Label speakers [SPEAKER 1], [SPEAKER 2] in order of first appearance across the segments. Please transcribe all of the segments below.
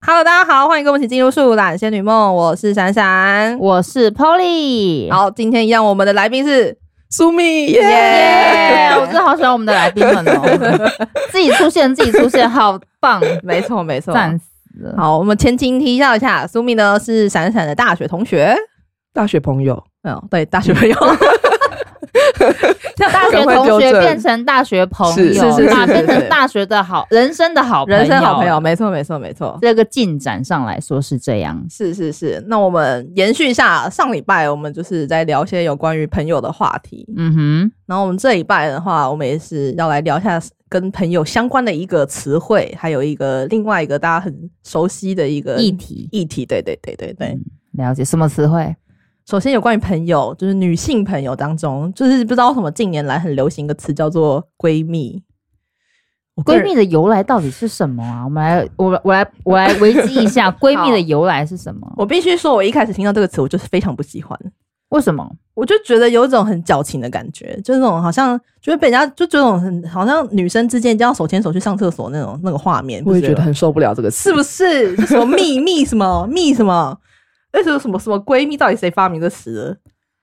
[SPEAKER 1] Hello，大家好，欢迎跟我们一起进入《树懒仙女梦》，我是闪 闪。
[SPEAKER 2] 我是 Polly。
[SPEAKER 1] 好，今天一样，我们的来宾是苏蜜哦耶。
[SPEAKER 2] 耶！我真 的好喜欢我们的来宾们哦， 自己出现，自己出现，好棒，
[SPEAKER 1] 没错，没错。
[SPEAKER 2] 赞死了！
[SPEAKER 1] 好，我们前情提要一下，苏蜜呢是闪闪的大学同学。
[SPEAKER 3] 大学朋友，
[SPEAKER 1] 嗯，对，大学朋友。
[SPEAKER 2] 大学同学变成大学朋
[SPEAKER 3] 是
[SPEAKER 1] 是是
[SPEAKER 2] 友，啊，
[SPEAKER 1] 是是
[SPEAKER 2] 变成大学的好人生的好
[SPEAKER 1] 人生好朋友，。没错，没错，没错。
[SPEAKER 2] 这个进展上来说是这样，
[SPEAKER 1] 是是是，那我们延续一下上礼拜，我们就是在聊一些有关于朋友的话题。
[SPEAKER 2] 嗯
[SPEAKER 1] 然后我们这礼拜的话，我们也是要来聊一下跟朋友相关的一个词汇，还有一个另外一个大家很熟悉的一个
[SPEAKER 2] 哼，议题
[SPEAKER 1] 议题。对对对对对。
[SPEAKER 2] 嗯了解什么词汇？
[SPEAKER 1] 首先有关于朋友，就是女性朋友当中，就是不知道为什么近年来很流行一个词叫做闺蜜。我个
[SPEAKER 2] 闺
[SPEAKER 1] 人
[SPEAKER 2] 蜜的由来到底是什么啊？我们来，我我来我来维基一 下闺蜜的由来是什么？
[SPEAKER 1] 我必须说，我一开始听到这个词，我就是非常不喜欢。
[SPEAKER 2] 为什么？
[SPEAKER 1] 我就觉得有一种很矫情的感觉，就是那种好像就是被人家就这种很好像女生之间一定要手牵手去上厕所那种那个画面，
[SPEAKER 3] 我也觉
[SPEAKER 1] 不
[SPEAKER 3] 得
[SPEAKER 1] 是吗
[SPEAKER 3] 很受不了这个词，
[SPEAKER 1] 是不是？就什么蜜蜜什么 蜜什么，那时候什么什么闺蜜，到底谁发明的词？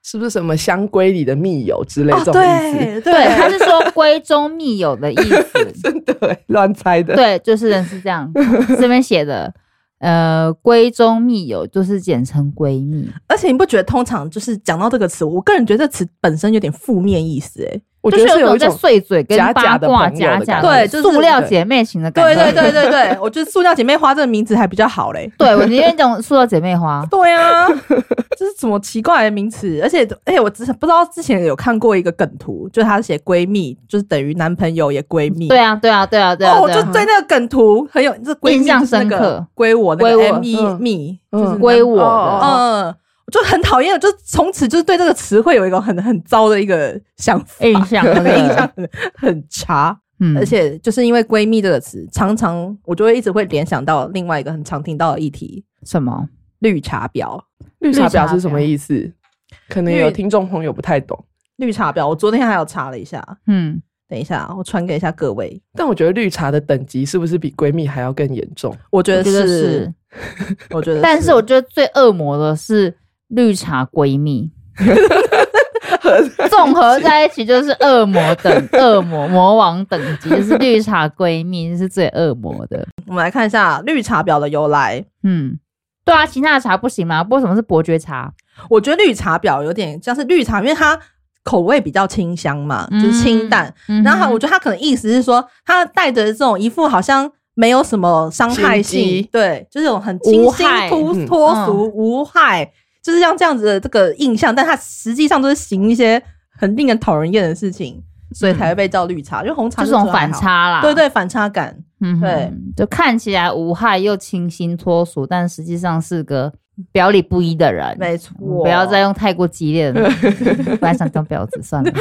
[SPEAKER 3] 是不是什么香闺里的密友之类
[SPEAKER 1] 哦
[SPEAKER 3] 这，种意
[SPEAKER 1] 对
[SPEAKER 2] 对，他是说闺中密友的意思。
[SPEAKER 3] 思？ 对，乱猜 的。
[SPEAKER 2] 对，就是人是这样，这边写的，呃，闺中密友就是简称闺蜜，
[SPEAKER 1] 而且你不觉得通常就是讲到这个词，我个人觉得这词本身有点负面意思、欸，
[SPEAKER 3] 我觉
[SPEAKER 2] 就
[SPEAKER 3] 得
[SPEAKER 2] 是
[SPEAKER 3] 是有
[SPEAKER 2] 种
[SPEAKER 3] 一
[SPEAKER 2] 在
[SPEAKER 3] 种
[SPEAKER 2] 碎嘴跟
[SPEAKER 3] 假
[SPEAKER 2] 八
[SPEAKER 3] 假的
[SPEAKER 2] 卦
[SPEAKER 3] 朋友
[SPEAKER 2] 假
[SPEAKER 3] 的
[SPEAKER 2] 假
[SPEAKER 3] 感
[SPEAKER 2] 的
[SPEAKER 1] 觉对就是
[SPEAKER 2] 塑料姐妹情的感
[SPEAKER 1] 对
[SPEAKER 2] 觉。
[SPEAKER 1] 对对对对， 我觉得塑料姐妹花这个名字还比较好嘞。。
[SPEAKER 2] 对，我宁愿讲塑料姐妹花
[SPEAKER 1] 对啊，这是什么奇怪的名词？而且，而且我之前不知道之前有看过一个梗图，就是他写闺蜜，就是等于男朋友也闺蜜。
[SPEAKER 2] 对啊，对啊，对啊，对啊，
[SPEAKER 1] 哦，我
[SPEAKER 2] 对
[SPEAKER 1] 就
[SPEAKER 2] 啊。
[SPEAKER 1] 对那个梗图很有这闺蜜
[SPEAKER 2] 印象
[SPEAKER 1] 就是那个
[SPEAKER 2] 深刻
[SPEAKER 1] 归我那
[SPEAKER 2] 归
[SPEAKER 1] 个
[SPEAKER 2] 我
[SPEAKER 1] M E
[SPEAKER 3] 嗯
[SPEAKER 1] 蜜，
[SPEAKER 3] 嗯
[SPEAKER 1] 就是
[SPEAKER 2] 归我
[SPEAKER 3] 哦
[SPEAKER 2] 的，
[SPEAKER 1] 嗯，我就很讨厌，就是从此就是对这个词汇有一个很很糟的一个想法，
[SPEAKER 2] 印象真的
[SPEAKER 1] 印象很很差。
[SPEAKER 2] 哎嗯，
[SPEAKER 1] 而且就是因为闺蜜这个词，常常我就会一直会联想到另外一个很常听到的议题
[SPEAKER 2] 什么？
[SPEAKER 1] ——绿茶婊。
[SPEAKER 3] 绿茶
[SPEAKER 2] 绿茶
[SPEAKER 3] 婊是什么意思？可能有听众朋友不太懂，
[SPEAKER 1] 绿茶婊，我昨天还有查了一下，
[SPEAKER 2] 嗯，
[SPEAKER 1] 等一下我传给一下各位，
[SPEAKER 3] 但我觉得绿茶的等级是不是比闺蜜还要更严重？
[SPEAKER 1] 我觉
[SPEAKER 2] 我
[SPEAKER 1] 得
[SPEAKER 2] 觉得
[SPEAKER 1] 是
[SPEAKER 2] 哦是，，
[SPEAKER 1] 我觉得，
[SPEAKER 2] 但是我觉得最恶魔的是绿茶 闺蜜。综合在一起就是恶魔等恶魔魔王等级，就是绿茶闺蜜是最恶魔的。
[SPEAKER 1] 我们来看一下绿茶婊的由来。
[SPEAKER 2] 嗯，对啊，其他的茶不行吗？为什么是伯爵茶？
[SPEAKER 1] 我觉得绿茶婊有点像是绿茶，因为它口味比较清香嘛，
[SPEAKER 2] 嗯
[SPEAKER 1] 就是清淡。
[SPEAKER 2] 嗯哼
[SPEAKER 1] 然后我觉得他可能意思是说，他带着这种一副好像没有什么伤害
[SPEAKER 3] 心
[SPEAKER 1] 性
[SPEAKER 3] 机，
[SPEAKER 1] 对，就是这种很清
[SPEAKER 2] 无
[SPEAKER 1] 新
[SPEAKER 2] 害
[SPEAKER 1] 脱
[SPEAKER 3] 嗯
[SPEAKER 1] 脱俗、无害，就是像这样子的这个印象，但他实际上都是行一些很令人讨人厌的事情，所以才会被叫绿茶。因为红茶
[SPEAKER 2] 嗯就是
[SPEAKER 1] 觉
[SPEAKER 2] 种
[SPEAKER 1] 得还
[SPEAKER 2] 反
[SPEAKER 1] 好，
[SPEAKER 2] 差啦，
[SPEAKER 1] 对，对，反差感。
[SPEAKER 2] 嗯哼
[SPEAKER 1] 对，
[SPEAKER 2] 就看起来无害又清新脱俗，但实际上是个表里不一的人。
[SPEAKER 1] 没错
[SPEAKER 2] 嗯不要再用太过激烈的名 字，不然想当婊子算了。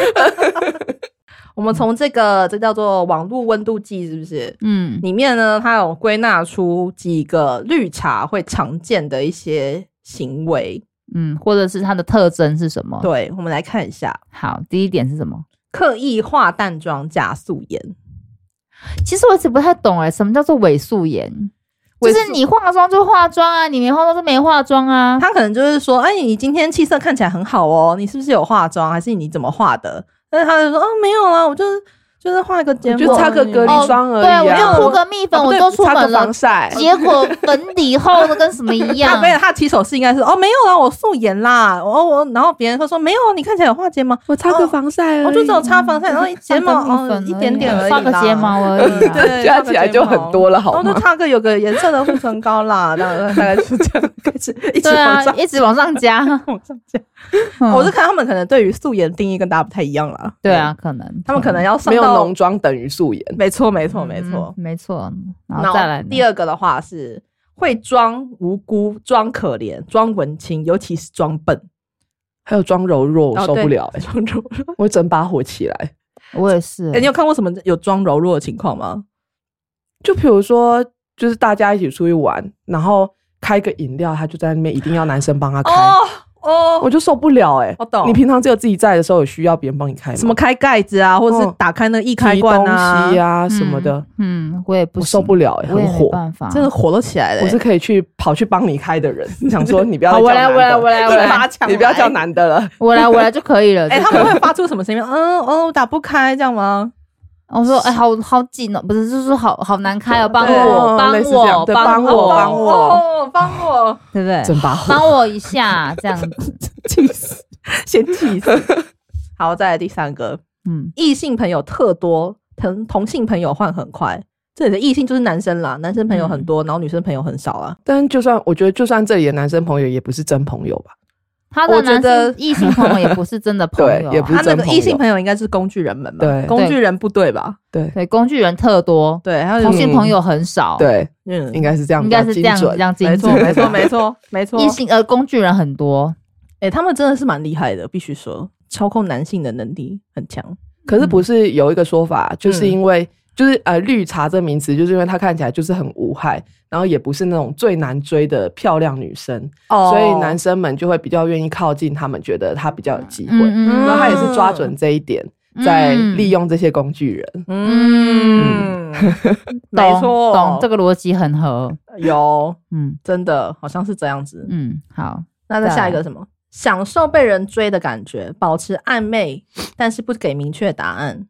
[SPEAKER 1] 我们从这个这叫做网络温度计，是不是？
[SPEAKER 2] 嗯，
[SPEAKER 1] 里面呢，它有归纳出几个绿茶会常见的一些行为。
[SPEAKER 2] 嗯，或者是它的特征是什么？
[SPEAKER 1] 对，我们来看一下：
[SPEAKER 2] 好，第一点是什么？
[SPEAKER 1] 刻意化淡妆假素颜。
[SPEAKER 2] 其实我一直不太懂哎、什么叫做伪素颜？就
[SPEAKER 1] 伪
[SPEAKER 2] 是
[SPEAKER 1] 素
[SPEAKER 2] 你化妆就化妆啊，你没化妆就没化妆
[SPEAKER 3] 嗯
[SPEAKER 2] 啊。
[SPEAKER 1] 他可能就是说：“哎，你今天气色看起来很好哦，你是不是有化妆？还是你怎么化的？”但是他就说：“哦，没有啊，我就是就是化个睫毛，
[SPEAKER 3] 就擦个隔
[SPEAKER 2] 哦
[SPEAKER 3] 离霜而
[SPEAKER 2] 对，
[SPEAKER 3] 已
[SPEAKER 2] 我
[SPEAKER 3] 啊。
[SPEAKER 2] 就涂个蜜粉，
[SPEAKER 3] 哦不
[SPEAKER 2] 我
[SPEAKER 3] 对
[SPEAKER 2] 都出
[SPEAKER 3] 擦
[SPEAKER 2] 门
[SPEAKER 3] 个
[SPEAKER 2] 了
[SPEAKER 3] 防，晒。
[SPEAKER 2] 结果粉底厚的跟什么一
[SPEAKER 1] 他
[SPEAKER 2] 样
[SPEAKER 1] 没。有，他起手式应该是哦，没有啦，我素颜啦，哦我，然后别人会说没有，你看起来有画睫毛，哦
[SPEAKER 3] 我擦个防晒而已，
[SPEAKER 1] 我就只有 擦防晒，然 后睫毛
[SPEAKER 2] 擦个蜜
[SPEAKER 1] 哦
[SPEAKER 2] 粉
[SPEAKER 1] 一点点而已啦，
[SPEAKER 2] 画个睫毛而已啊。
[SPEAKER 1] 对，
[SPEAKER 3] 加起来就很多
[SPEAKER 2] 哦
[SPEAKER 3] 了，好
[SPEAKER 1] 然后
[SPEAKER 3] 吗
[SPEAKER 1] 就？擦个有个颜色的护唇膏 啦，然后大概就这样开始一直
[SPEAKER 2] 对
[SPEAKER 1] 往
[SPEAKER 2] 啊
[SPEAKER 1] 上，。
[SPEAKER 2] 一直往上 加。
[SPEAKER 1] 往上加，哦
[SPEAKER 2] 嗯
[SPEAKER 1] 我是看他们可能对于素颜定义跟大家不太一样啦。
[SPEAKER 2] 对啊，可能
[SPEAKER 1] 他们可能要上
[SPEAKER 3] 没有
[SPEAKER 1] 到
[SPEAKER 3] 浓，妆等于素颜，
[SPEAKER 1] 没错没错没错
[SPEAKER 2] 嗯。没错。
[SPEAKER 1] 然
[SPEAKER 2] 然后
[SPEAKER 1] 后
[SPEAKER 2] 再来呢
[SPEAKER 1] 第二个的话是会装无辜、装可怜、装文青，尤其是装笨，
[SPEAKER 3] 还有妆柔弱，我
[SPEAKER 1] 哦
[SPEAKER 3] 受
[SPEAKER 1] 对
[SPEAKER 3] 不了、欸，
[SPEAKER 1] 装柔弱。
[SPEAKER 3] 我整把火起来。
[SPEAKER 2] 我也是
[SPEAKER 1] 哎，你有看过什么有装柔弱的情况吗？
[SPEAKER 3] 就比如说，就是大家一起出去玩，然后开个饮料，他就在那边一定要男生帮他开，
[SPEAKER 1] 哦，哦，
[SPEAKER 3] 我就受不了哎、
[SPEAKER 2] 哦
[SPEAKER 1] 我懂
[SPEAKER 3] 你平常只有自己在的时候，有需要别人帮你开吗？
[SPEAKER 1] 什么开盖子啊，或者是
[SPEAKER 3] 哦
[SPEAKER 1] 打开那个易开关
[SPEAKER 3] 提
[SPEAKER 1] 啊
[SPEAKER 3] 东，西啊什么的，
[SPEAKER 2] 嗯，嗯我也不
[SPEAKER 3] 我
[SPEAKER 2] 行
[SPEAKER 3] 受不了哎、
[SPEAKER 2] 我也
[SPEAKER 3] 很
[SPEAKER 2] 没
[SPEAKER 3] 火。
[SPEAKER 2] 办法，
[SPEAKER 1] 真的火都起来了欸。
[SPEAKER 3] 我是可以去跑去帮你开的人，想说你不要
[SPEAKER 2] 好，
[SPEAKER 3] 再
[SPEAKER 2] 哦我来，
[SPEAKER 3] 叫男
[SPEAKER 2] 我
[SPEAKER 3] 的
[SPEAKER 2] 来，我来，我
[SPEAKER 1] 一
[SPEAKER 2] 来
[SPEAKER 1] 把，抢
[SPEAKER 3] 你不要叫
[SPEAKER 1] 来
[SPEAKER 3] 男的了。
[SPEAKER 2] 我来，我来就可以了。
[SPEAKER 1] 哎、他们会发出什么声音吗？嗯，哦，打不开这样吗？
[SPEAKER 2] 我说，哎，好好紧哦，不是，就是好好难开哦，帮
[SPEAKER 1] 对
[SPEAKER 2] 我，
[SPEAKER 3] 嗯
[SPEAKER 2] 帮
[SPEAKER 3] 类似这
[SPEAKER 2] 我，
[SPEAKER 3] 样对
[SPEAKER 2] 帮
[SPEAKER 3] 帮
[SPEAKER 1] 哦
[SPEAKER 3] 我
[SPEAKER 2] 我，
[SPEAKER 3] 帮我，
[SPEAKER 1] 帮 我，
[SPEAKER 2] 对不对？
[SPEAKER 3] 真把火，
[SPEAKER 2] 帮我一下，这样子，
[SPEAKER 1] 气死，先气死。 好，再来第三个，
[SPEAKER 2] 嗯，
[SPEAKER 1] 异性朋友特多，同同性朋友换很快。这里的异性就是男生啦，男生朋友很多，然后女生朋友很少啊。
[SPEAKER 3] 但就算我觉得，就算这里的男生朋友也不是真朋友吧，
[SPEAKER 2] 他的
[SPEAKER 1] 我觉
[SPEAKER 2] 男
[SPEAKER 1] 得
[SPEAKER 2] 生异性朋友也不是真的朋友啊，
[SPEAKER 3] 对也不是
[SPEAKER 1] 他那个
[SPEAKER 3] 真朋友
[SPEAKER 1] 异性朋友应该是工具人们吧？
[SPEAKER 3] 对
[SPEAKER 1] 工具人部队吧？
[SPEAKER 3] 对
[SPEAKER 2] 对工具人特多，
[SPEAKER 1] 对，还有
[SPEAKER 2] 同性朋友很少，，
[SPEAKER 3] 对，
[SPEAKER 1] 嗯
[SPEAKER 3] 应，该是这样
[SPEAKER 2] 应
[SPEAKER 3] 比较
[SPEAKER 2] 该是这
[SPEAKER 3] 精
[SPEAKER 2] 样这
[SPEAKER 3] 准。
[SPEAKER 2] 样
[SPEAKER 1] 没
[SPEAKER 2] 精
[SPEAKER 1] 错，
[SPEAKER 2] 准，
[SPEAKER 1] 没 错，没错，没错。
[SPEAKER 2] 异性呃工具人很多，
[SPEAKER 1] 哎、他们真的是蛮厉害的，必须说，操控男性的能力很强。
[SPEAKER 3] 可是不
[SPEAKER 2] 嗯
[SPEAKER 3] 是有一个说法，就是因为就是呃绿茶这名词，就是因为它看起来就是很无害，然后也不是那种最难追的漂亮女生，
[SPEAKER 1] 哦
[SPEAKER 3] 所以男生们就会比较愿意靠近他们，觉得她比较有机会。
[SPEAKER 2] 嗯
[SPEAKER 3] 那他也是抓准这一点，在利用这些工具
[SPEAKER 2] 嗯
[SPEAKER 3] 人。
[SPEAKER 1] 嗯，没
[SPEAKER 2] 懂
[SPEAKER 1] 错，
[SPEAKER 2] 懂这个逻辑很合，
[SPEAKER 1] 有
[SPEAKER 2] 嗯
[SPEAKER 1] 真的好像是这样子。
[SPEAKER 2] 嗯，好，
[SPEAKER 1] 那再下一个什么？享受被人追的感觉，保持暧昧，但是不给明确答案。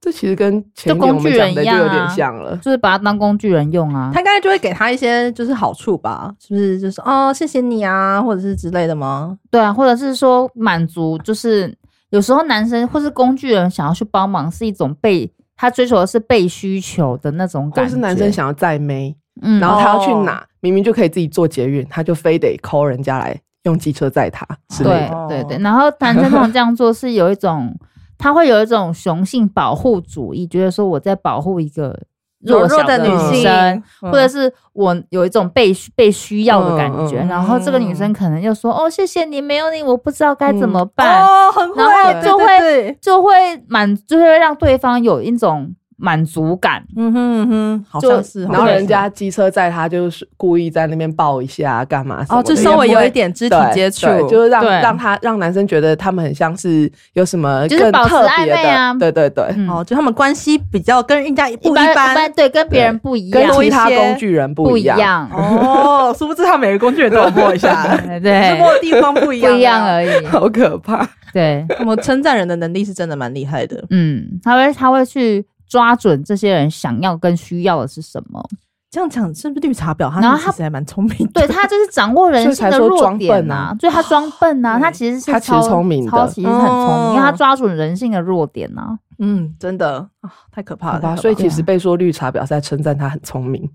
[SPEAKER 3] 这其实跟前面我们讲的就
[SPEAKER 2] 啊
[SPEAKER 3] 有点像了。
[SPEAKER 2] 就是把它当工具人用啊
[SPEAKER 1] 他，应该就会给他一些就是好处吧，是不是？就是哦，谢谢你啊，或者是之类的吗？
[SPEAKER 2] 对啊，或者是说满足，就是有时候男生或是工具人想要去帮忙，是一种被他追求的是被需求的那种
[SPEAKER 3] 或
[SPEAKER 2] 感
[SPEAKER 3] 者
[SPEAKER 2] 觉，
[SPEAKER 3] 是男生，想要再妹，
[SPEAKER 2] 嗯，
[SPEAKER 3] 然
[SPEAKER 2] 然后
[SPEAKER 3] 后他要去哪，明明就可以自己坐捷运，他就非得 call 人家来用机车载他之类
[SPEAKER 2] 对
[SPEAKER 3] 的。
[SPEAKER 1] 哦
[SPEAKER 2] 对对，然后男生通常这样做是有一种，他会有一种雄性保护主义，觉得说我在保护一个弱
[SPEAKER 1] 柔
[SPEAKER 2] 小
[SPEAKER 1] 弱的
[SPEAKER 2] 女
[SPEAKER 1] 女
[SPEAKER 2] 生。
[SPEAKER 1] 性，嗯
[SPEAKER 2] 或者是我有一种被需被需要的感觉，
[SPEAKER 3] 嗯
[SPEAKER 1] 嗯
[SPEAKER 2] 然后这个女生可能又说：“哦，谢谢你，没有你我不知道该
[SPEAKER 3] 嗯
[SPEAKER 2] 怎么办。
[SPEAKER 1] 哦，很会，
[SPEAKER 2] 然后就会
[SPEAKER 1] 对对对
[SPEAKER 2] 就会满，就会让对方有一种满足感。
[SPEAKER 1] 嗯哼嗯哼，好像是，
[SPEAKER 2] 就
[SPEAKER 1] 好
[SPEAKER 3] 然后
[SPEAKER 1] 像是
[SPEAKER 3] 人家机车载他，就是故意在那边抱一下，干嘛什么
[SPEAKER 1] 哦，
[SPEAKER 3] 的？
[SPEAKER 1] 就稍微
[SPEAKER 3] 也不
[SPEAKER 1] 有
[SPEAKER 3] 会
[SPEAKER 1] 一点肢体
[SPEAKER 3] 对
[SPEAKER 1] 接触，
[SPEAKER 3] 对就是让
[SPEAKER 2] 对
[SPEAKER 3] 让他让男生觉得他们很像是有什么
[SPEAKER 2] 就是
[SPEAKER 3] 更
[SPEAKER 2] 保持
[SPEAKER 3] 特
[SPEAKER 2] 暧
[SPEAKER 3] 别
[SPEAKER 2] 昧
[SPEAKER 3] 的，
[SPEAKER 2] 啊
[SPEAKER 3] 对对对，
[SPEAKER 2] 嗯，
[SPEAKER 1] 哦，就他们关系比较跟人家不
[SPEAKER 2] 一
[SPEAKER 1] 一
[SPEAKER 2] 般般对，跟别
[SPEAKER 3] 对
[SPEAKER 2] 人不一
[SPEAKER 3] 跟
[SPEAKER 2] 样，
[SPEAKER 1] 多
[SPEAKER 3] 其
[SPEAKER 1] 一
[SPEAKER 3] 他
[SPEAKER 1] 些
[SPEAKER 3] 工具人
[SPEAKER 2] 不
[SPEAKER 3] 一样。
[SPEAKER 2] 样，
[SPEAKER 1] 哦，殊不知他每个工具人都有摸一 下，
[SPEAKER 3] 嗯
[SPEAKER 1] 只是
[SPEAKER 2] 对
[SPEAKER 1] 摸，的地方不一样，啊
[SPEAKER 2] 不一样。 而已。
[SPEAKER 3] 好可怕！
[SPEAKER 2] 对，
[SPEAKER 1] 我们称赞人的能力是真的蛮厉害的。
[SPEAKER 2] 嗯，他会他会去抓准这些人想要跟需要的是什么，
[SPEAKER 1] 这样讲是不是绿茶婊？
[SPEAKER 2] 然后
[SPEAKER 1] 他
[SPEAKER 2] 他
[SPEAKER 1] 其实还蛮聪明的。
[SPEAKER 2] 对他就是掌握人性的弱点啊，所以他装笨啊，
[SPEAKER 3] 嗯
[SPEAKER 2] 他其实是
[SPEAKER 3] 他其实
[SPEAKER 2] 超
[SPEAKER 3] 聪明的
[SPEAKER 2] 超其实很聪明，
[SPEAKER 1] 哦
[SPEAKER 2] 因为他抓准人性的弱点啊。
[SPEAKER 1] 嗯，真的啊，太可怕
[SPEAKER 3] 好
[SPEAKER 1] 了。太可
[SPEAKER 3] 吧，
[SPEAKER 1] 怕
[SPEAKER 3] 所以
[SPEAKER 1] 了
[SPEAKER 3] 其实被说绿茶婊是在称赞他很聪明。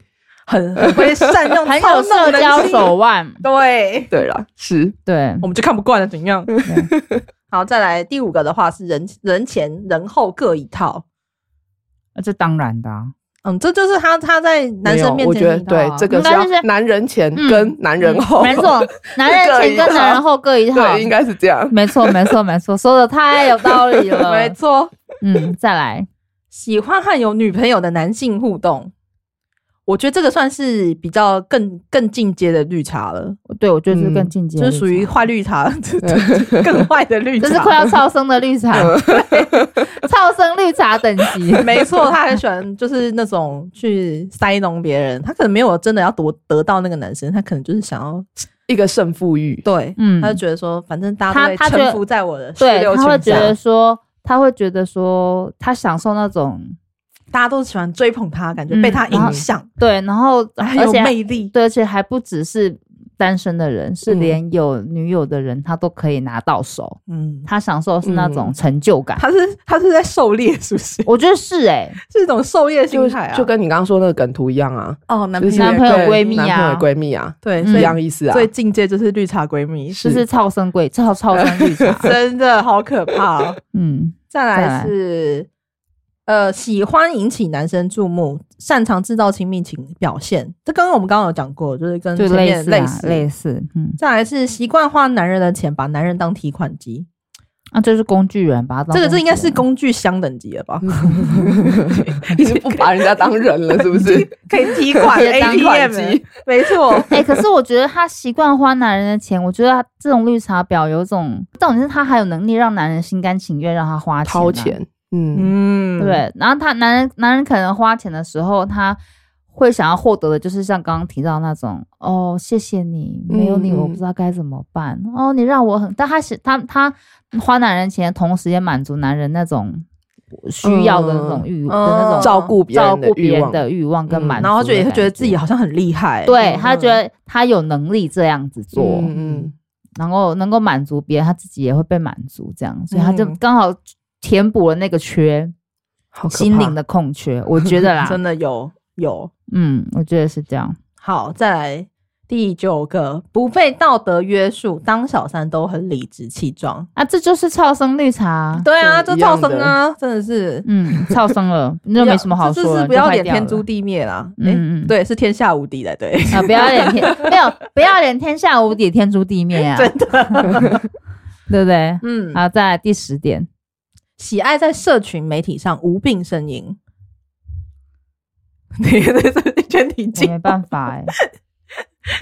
[SPEAKER 1] 很很会善用，
[SPEAKER 3] 哎
[SPEAKER 2] 很
[SPEAKER 1] 操
[SPEAKER 2] 有
[SPEAKER 1] 弄
[SPEAKER 2] 社
[SPEAKER 1] 人
[SPEAKER 2] 交
[SPEAKER 1] 心
[SPEAKER 2] 手 腕，
[SPEAKER 1] 对，
[SPEAKER 3] 对啦，是
[SPEAKER 2] 对，
[SPEAKER 1] 我们就看不惯了，怎样？ 好，再来第五个的话是人人前人后各一套。
[SPEAKER 2] 呃这当然的啊、
[SPEAKER 1] 嗯，这就是他他在男生面
[SPEAKER 3] 没有我觉
[SPEAKER 1] 前
[SPEAKER 3] 得
[SPEAKER 1] 的一套啊、
[SPEAKER 3] 对这个
[SPEAKER 2] 应
[SPEAKER 3] 是
[SPEAKER 2] 该就是
[SPEAKER 3] 要男人前
[SPEAKER 2] 嗯
[SPEAKER 3] 跟男人后，
[SPEAKER 2] 没错，男人前跟男人后各一套，
[SPEAKER 3] 对，应该是 这样。
[SPEAKER 2] 没错，没错，没错，说的太有道理了。
[SPEAKER 1] 没错。
[SPEAKER 2] 嗯，再来，
[SPEAKER 1] 喜欢和有女朋友的男性互动，我觉得这个算是比较更更进阶的绿茶了，
[SPEAKER 2] 对我觉得是
[SPEAKER 3] 嗯
[SPEAKER 2] 更进阶
[SPEAKER 1] 就
[SPEAKER 2] 的绿茶，
[SPEAKER 1] 是属于坏绿茶， 更坏的绿茶。
[SPEAKER 2] 这是快要超生的 绿茶，超生绿茶等级。
[SPEAKER 1] 没错，他很喜欢就是那种去塞弄别人，他可能没有真的要夺得到那个男生，他可能就是想要
[SPEAKER 3] 一个胜负欲，
[SPEAKER 1] 对，
[SPEAKER 2] 嗯
[SPEAKER 1] 他就觉得说反正大家都
[SPEAKER 2] 他
[SPEAKER 1] 会
[SPEAKER 2] 他觉得
[SPEAKER 1] 臣服在我的
[SPEAKER 2] 对，
[SPEAKER 1] 六
[SPEAKER 2] 他会
[SPEAKER 1] 圈
[SPEAKER 2] 觉
[SPEAKER 1] 下
[SPEAKER 2] 得，说，他会觉得说，他享受那种
[SPEAKER 1] 大家都喜欢追捧他，感觉
[SPEAKER 2] 嗯
[SPEAKER 1] 被他
[SPEAKER 2] 然后
[SPEAKER 1] 影响，
[SPEAKER 2] 对，然后
[SPEAKER 1] 很
[SPEAKER 2] 而
[SPEAKER 1] 有
[SPEAKER 2] 且
[SPEAKER 1] 魅力。
[SPEAKER 2] 对，而且还不只是单身的人，是
[SPEAKER 3] 嗯
[SPEAKER 2] 连有女友的人他都可以拿到手，
[SPEAKER 1] 嗯，
[SPEAKER 2] 他享受的是那种
[SPEAKER 3] 嗯
[SPEAKER 2] 成就 感。
[SPEAKER 1] 他是他是在狩猎，是不是？
[SPEAKER 2] 我觉得是哎、
[SPEAKER 1] 是一种狩猎心
[SPEAKER 3] 就
[SPEAKER 1] 态啊，
[SPEAKER 3] 就跟你刚刚说那个梗图一样啊，
[SPEAKER 1] 哦，男
[SPEAKER 3] 就是
[SPEAKER 2] 男朋友闺蜜啊
[SPEAKER 3] 对男朋友闺蜜啊，
[SPEAKER 1] 对，
[SPEAKER 2] 嗯
[SPEAKER 1] 所
[SPEAKER 3] 一
[SPEAKER 1] 以
[SPEAKER 3] 样意思啊。
[SPEAKER 1] 最进阶就是绿茶闺蜜，。
[SPEAKER 2] 就
[SPEAKER 3] 就是
[SPEAKER 2] 超生贵，超超生绿茶
[SPEAKER 1] 真的好可怕、哦。
[SPEAKER 2] 嗯，
[SPEAKER 1] 再
[SPEAKER 2] 再
[SPEAKER 1] 来
[SPEAKER 2] 来
[SPEAKER 1] 是，呃，喜欢引起男生注目，擅长制造亲密情表现，这刚刚我们刚刚有讲过，就是跟
[SPEAKER 2] 就
[SPEAKER 1] 前
[SPEAKER 2] 类
[SPEAKER 1] 面
[SPEAKER 2] 似、啊、
[SPEAKER 1] 类
[SPEAKER 2] 类似，嗯，
[SPEAKER 1] 再来是习惯花男人的钱，把男人当提款机。
[SPEAKER 2] 那、啊就是工具人，把他当
[SPEAKER 1] 这个这应该
[SPEAKER 2] 工具
[SPEAKER 1] 是
[SPEAKER 2] 人
[SPEAKER 1] 工具箱等级了吧？
[SPEAKER 3] 已经不 把人家当人 了，是不是？
[SPEAKER 1] 可以提款
[SPEAKER 3] 可以当款
[SPEAKER 1] ATM，
[SPEAKER 3] 机
[SPEAKER 1] 欸没错。
[SPEAKER 2] 哎、可是我觉得他习惯花男人的钱，我觉得他这种绿茶婊有种，重点是他还有能力让男人心甘情愿让他花钱、啊
[SPEAKER 3] 掏，钱，嗯，
[SPEAKER 1] 嗯，
[SPEAKER 2] 对不对。然后他男人男人可能花钱的时候，他会想要获得的就是像刚刚提到那种，哦，谢谢你，没有你
[SPEAKER 3] 嗯嗯
[SPEAKER 2] 我不知道该怎么办，哦，你让我很，但他是他他花男人钱，同时也满足男人那种需要的那种欲、
[SPEAKER 1] 嗯
[SPEAKER 2] 的那种
[SPEAKER 3] 照顾别
[SPEAKER 2] 照
[SPEAKER 3] 人的
[SPEAKER 2] 顾别
[SPEAKER 3] 欲
[SPEAKER 2] 人
[SPEAKER 3] 望，
[SPEAKER 2] 的欲望跟
[SPEAKER 3] 嗯
[SPEAKER 2] 满足的感，
[SPEAKER 1] 然后就也会觉得自己好像很厉害，
[SPEAKER 2] 对
[SPEAKER 1] 嗯
[SPEAKER 2] 他觉得他有能力这样子做，
[SPEAKER 3] 嗯嗯，
[SPEAKER 2] 然后能够满足别人，他自己也会被满足，这样，所以他就
[SPEAKER 1] 嗯
[SPEAKER 2] 刚好填补了那个缺，
[SPEAKER 3] 好可怕
[SPEAKER 2] 心灵的空缺，我觉得啦，
[SPEAKER 1] 真的有有。
[SPEAKER 2] 嗯，我觉得是这样，
[SPEAKER 1] 好，再来第九个，不被道德约束，当小三都很理直气壮。
[SPEAKER 2] 啊，这就是超生绿茶，
[SPEAKER 1] 对啊，
[SPEAKER 3] 对
[SPEAKER 1] 这
[SPEAKER 3] 一样
[SPEAKER 1] 噪声啊，真的是
[SPEAKER 2] 嗯，超生了，那没什么好
[SPEAKER 1] 这
[SPEAKER 2] 说
[SPEAKER 1] 就
[SPEAKER 2] 的，
[SPEAKER 1] 是不要脸
[SPEAKER 2] 就坏掉
[SPEAKER 1] 天
[SPEAKER 2] 了
[SPEAKER 1] 诛地灭啦。哎、
[SPEAKER 2] 嗯嗯
[SPEAKER 1] 对，是天下无敌的， 对，
[SPEAKER 2] 啊，不要脸天没有，不要脸天下无敌，天诛地灭 啊，
[SPEAKER 1] 真
[SPEAKER 2] 的， 对不对？
[SPEAKER 1] 嗯，
[SPEAKER 2] 好，再来第十点，
[SPEAKER 1] 喜爱在社群媒体上无病呻吟。 你这是全体
[SPEAKER 2] 我
[SPEAKER 1] 进
[SPEAKER 2] 没，办法哎、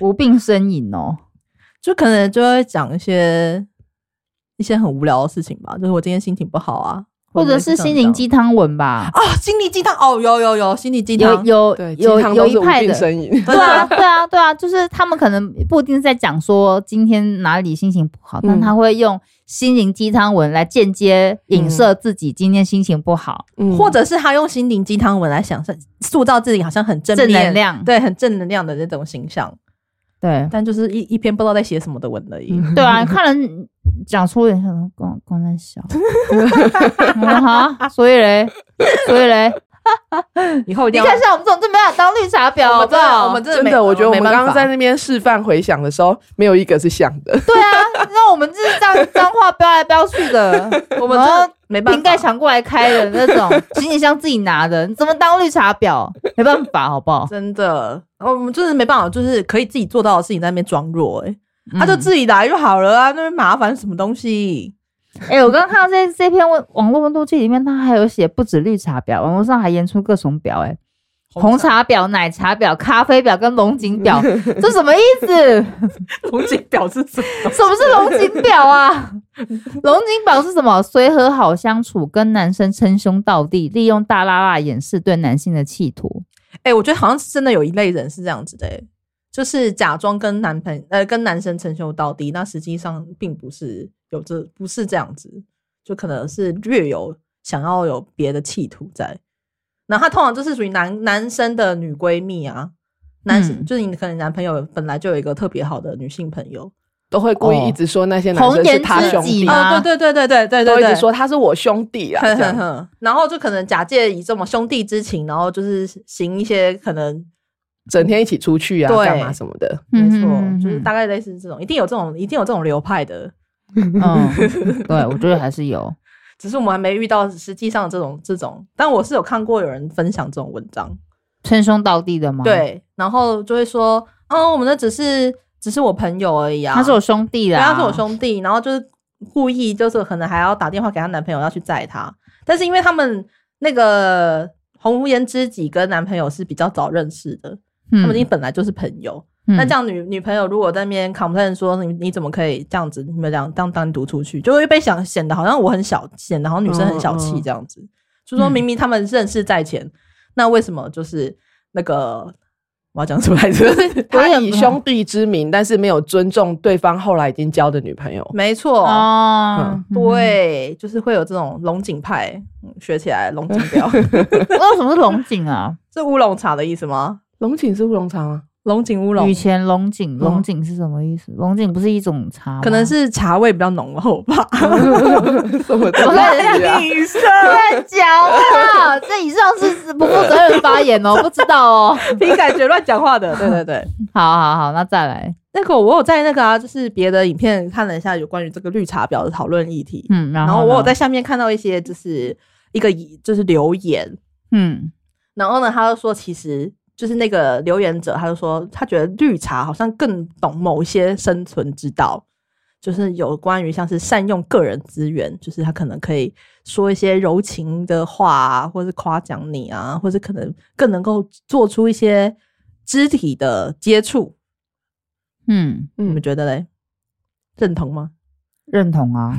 [SPEAKER 2] 无病呻吟哦。
[SPEAKER 1] 就可能就会讲一些一些很无聊的事情吧，就是我今天心情不好啊，
[SPEAKER 2] 或者是心灵鸡汤文吧，
[SPEAKER 1] 啊，心理鸡汤哦，有有有心理鸡汤
[SPEAKER 2] 有，有
[SPEAKER 3] 对，
[SPEAKER 2] 有
[SPEAKER 3] 鸡汤
[SPEAKER 2] 有
[SPEAKER 3] 都
[SPEAKER 2] 一
[SPEAKER 3] 是无
[SPEAKER 2] 派
[SPEAKER 3] 病
[SPEAKER 2] 的，
[SPEAKER 3] 呻吟，
[SPEAKER 1] 真
[SPEAKER 2] 对
[SPEAKER 1] 的
[SPEAKER 2] 啊，对啊，对啊，就是他们可能不一定是在讲说今天哪里心情不好，但
[SPEAKER 3] 嗯
[SPEAKER 2] 他会用心灵鸡汤文来间接
[SPEAKER 1] 嗯
[SPEAKER 2] 影射自己今天心情不好，
[SPEAKER 3] 嗯
[SPEAKER 1] 或者是他用心灵鸡汤文来想象，塑造自己好像很正
[SPEAKER 2] 正
[SPEAKER 1] 面
[SPEAKER 2] 能量，
[SPEAKER 1] 对，嗯很正能量的那种形象，
[SPEAKER 2] 对
[SPEAKER 1] 但就是一一篇不知道在写什么的文而已。
[SPEAKER 2] 对啊，看人讲出也想光光在笑，啊哈，好所以嘞，所以嘞，
[SPEAKER 1] 以后一
[SPEAKER 2] 你
[SPEAKER 1] 定
[SPEAKER 2] 看
[SPEAKER 1] 要。
[SPEAKER 2] 像我们这种就没法当绿茶婊，好
[SPEAKER 1] 我
[SPEAKER 2] 不
[SPEAKER 1] 真的，
[SPEAKER 2] 好？
[SPEAKER 1] 我们真的
[SPEAKER 3] 真
[SPEAKER 1] 没，
[SPEAKER 3] 的，我觉得我
[SPEAKER 1] 没
[SPEAKER 3] 们
[SPEAKER 1] 办
[SPEAKER 3] 刚刚
[SPEAKER 1] 法
[SPEAKER 3] 在那边示范回想的时候，没有一个是像的。
[SPEAKER 2] 对啊，那我们就是这样脏话飙来飙去的，
[SPEAKER 1] 我们
[SPEAKER 2] 然后
[SPEAKER 1] 真的没办法
[SPEAKER 2] 瓶盖抢过来开的那 种，行李箱自己拿的，你怎么当绿茶婊？没办法，好不好？
[SPEAKER 1] 真的，我们就是没办法，就是可以自己做到的事情，在那边装弱、欸，
[SPEAKER 2] 嗯
[SPEAKER 1] 他、就自己来就好了啊，那边麻烦什么东 西？
[SPEAKER 2] 哎、我刚刚看到这这篇问网络温度计里面，它还有写不止绿茶婊，网络上还研出各种婊、哎，红茶婊、奶茶婊、咖啡婊跟龙 井婊，这什么意思？
[SPEAKER 1] 红警表示什么？
[SPEAKER 2] 什么是龙井 婊啊？龙井婊是什么？随和好相处，跟男生称兄道弟，利用大拉拉掩饰对男性的企图。
[SPEAKER 1] 哎、我觉得好像是真的有一类人是这样子的、欸，就是假装跟男朋呃跟男生称兄道弟，那实际上并不是有这不是这样子，就可能是略有想要有别的企图在。那他通常就是属于男男生的女闺蜜啊，男、
[SPEAKER 2] 嗯
[SPEAKER 1] 生就是你可能男朋友本来就有一个特别好的女性朋友，
[SPEAKER 3] 都会故
[SPEAKER 2] 哦
[SPEAKER 3] 意一直说那些男
[SPEAKER 2] 红
[SPEAKER 3] 生
[SPEAKER 2] 颜
[SPEAKER 3] 是他
[SPEAKER 2] 知
[SPEAKER 3] 兄
[SPEAKER 2] 己
[SPEAKER 3] 弟，
[SPEAKER 2] 嘛啊
[SPEAKER 1] 哦，对对对对对对
[SPEAKER 3] 都一
[SPEAKER 1] 对
[SPEAKER 3] 直
[SPEAKER 1] 对，
[SPEAKER 3] 说他是我兄弟啊，
[SPEAKER 1] 哼
[SPEAKER 3] 这
[SPEAKER 1] 哼
[SPEAKER 3] 样
[SPEAKER 1] 哼，然后就可能假借以这种兄弟之情，然后就是行一些可能
[SPEAKER 3] 整天一起出去啊，
[SPEAKER 1] 对
[SPEAKER 3] 干嘛什么的。
[SPEAKER 1] 没
[SPEAKER 2] 嗯
[SPEAKER 1] 错，
[SPEAKER 2] 哼
[SPEAKER 1] 就是大概类似这种，一定有这种，一定有这种流派的，
[SPEAKER 2] 嗯，对，我觉得还是有。
[SPEAKER 1] 只是我们还没遇到实际上这种这种。但我是有看过有人分享这种文章，
[SPEAKER 2] 哦称兄道弟的吗？，
[SPEAKER 1] 对，然后就会说，哦，我们那只是只是我朋友而已啊，
[SPEAKER 2] 他是我兄弟啊
[SPEAKER 1] 对，
[SPEAKER 2] 啦，
[SPEAKER 1] 他是我兄弟，然后就是故意就是可能还要打电话给她男朋友要去载她，但是因为他们那个红颜知己跟男朋友是比较早认识的，
[SPEAKER 2] 嗯，
[SPEAKER 1] 他们已经本来就是朋友。
[SPEAKER 2] 嗯
[SPEAKER 1] 那这样女女朋友如果在那边 complain 说你你怎么可以这样子，你们俩这样单独出去，就会被想显得好像我很小，显得好像女生很小气这样
[SPEAKER 2] 嗯
[SPEAKER 1] 子。就说明明他们认识在前，那为什么就是那个我要讲什么来 着？
[SPEAKER 3] 他嗯
[SPEAKER 2] 也
[SPEAKER 3] 以
[SPEAKER 2] 不
[SPEAKER 3] 兄弟之名，但是没有尊重对方后来已经交的女朋友。
[SPEAKER 1] 没错，
[SPEAKER 2] 哦，嗯，
[SPEAKER 1] 对，就是会有这种龙井派，嗯学起来龙井 标，
[SPEAKER 2] 为什么是龙井啊？
[SPEAKER 1] 是乌龙茶的意思吗？
[SPEAKER 3] 龙井是乌龙啊茶吗？
[SPEAKER 1] 龙井乌龙嗯
[SPEAKER 2] 雨。前龙井，龙井是什么意思？龙井不是一种茶吗，
[SPEAKER 1] 可 能是茶味比较浓厚吧，
[SPEAKER 3] 什么 东
[SPEAKER 2] 我 在
[SPEAKER 3] 西啊？
[SPEAKER 1] 女生
[SPEAKER 2] 乱讲 啊！这以上是不负责任发言哦，不知道哦。
[SPEAKER 1] 凭感觉乱讲话的，对对对。
[SPEAKER 2] 好好好，那再来，
[SPEAKER 1] 那个我有在那个啊，就是别的影片看了一下有关于这个绿茶婊的讨论议题，
[SPEAKER 2] 嗯，然
[SPEAKER 1] 然
[SPEAKER 2] 后
[SPEAKER 1] 后
[SPEAKER 2] 呢
[SPEAKER 1] 我有在，下面看到一些就是一个就是留言，
[SPEAKER 2] 嗯
[SPEAKER 1] 然后呢他就说其实就是那个留言者他就说他觉得绿茶好像更懂某些生存之道，就是有关于像是善用个人资源，就是他可能可以说一些柔情的话啊，或是夸奖你啊，或是可能更能够做出一些肢体的接触。
[SPEAKER 2] 嗯，
[SPEAKER 1] 你们觉得嘞？认同吗？
[SPEAKER 2] 认同啊，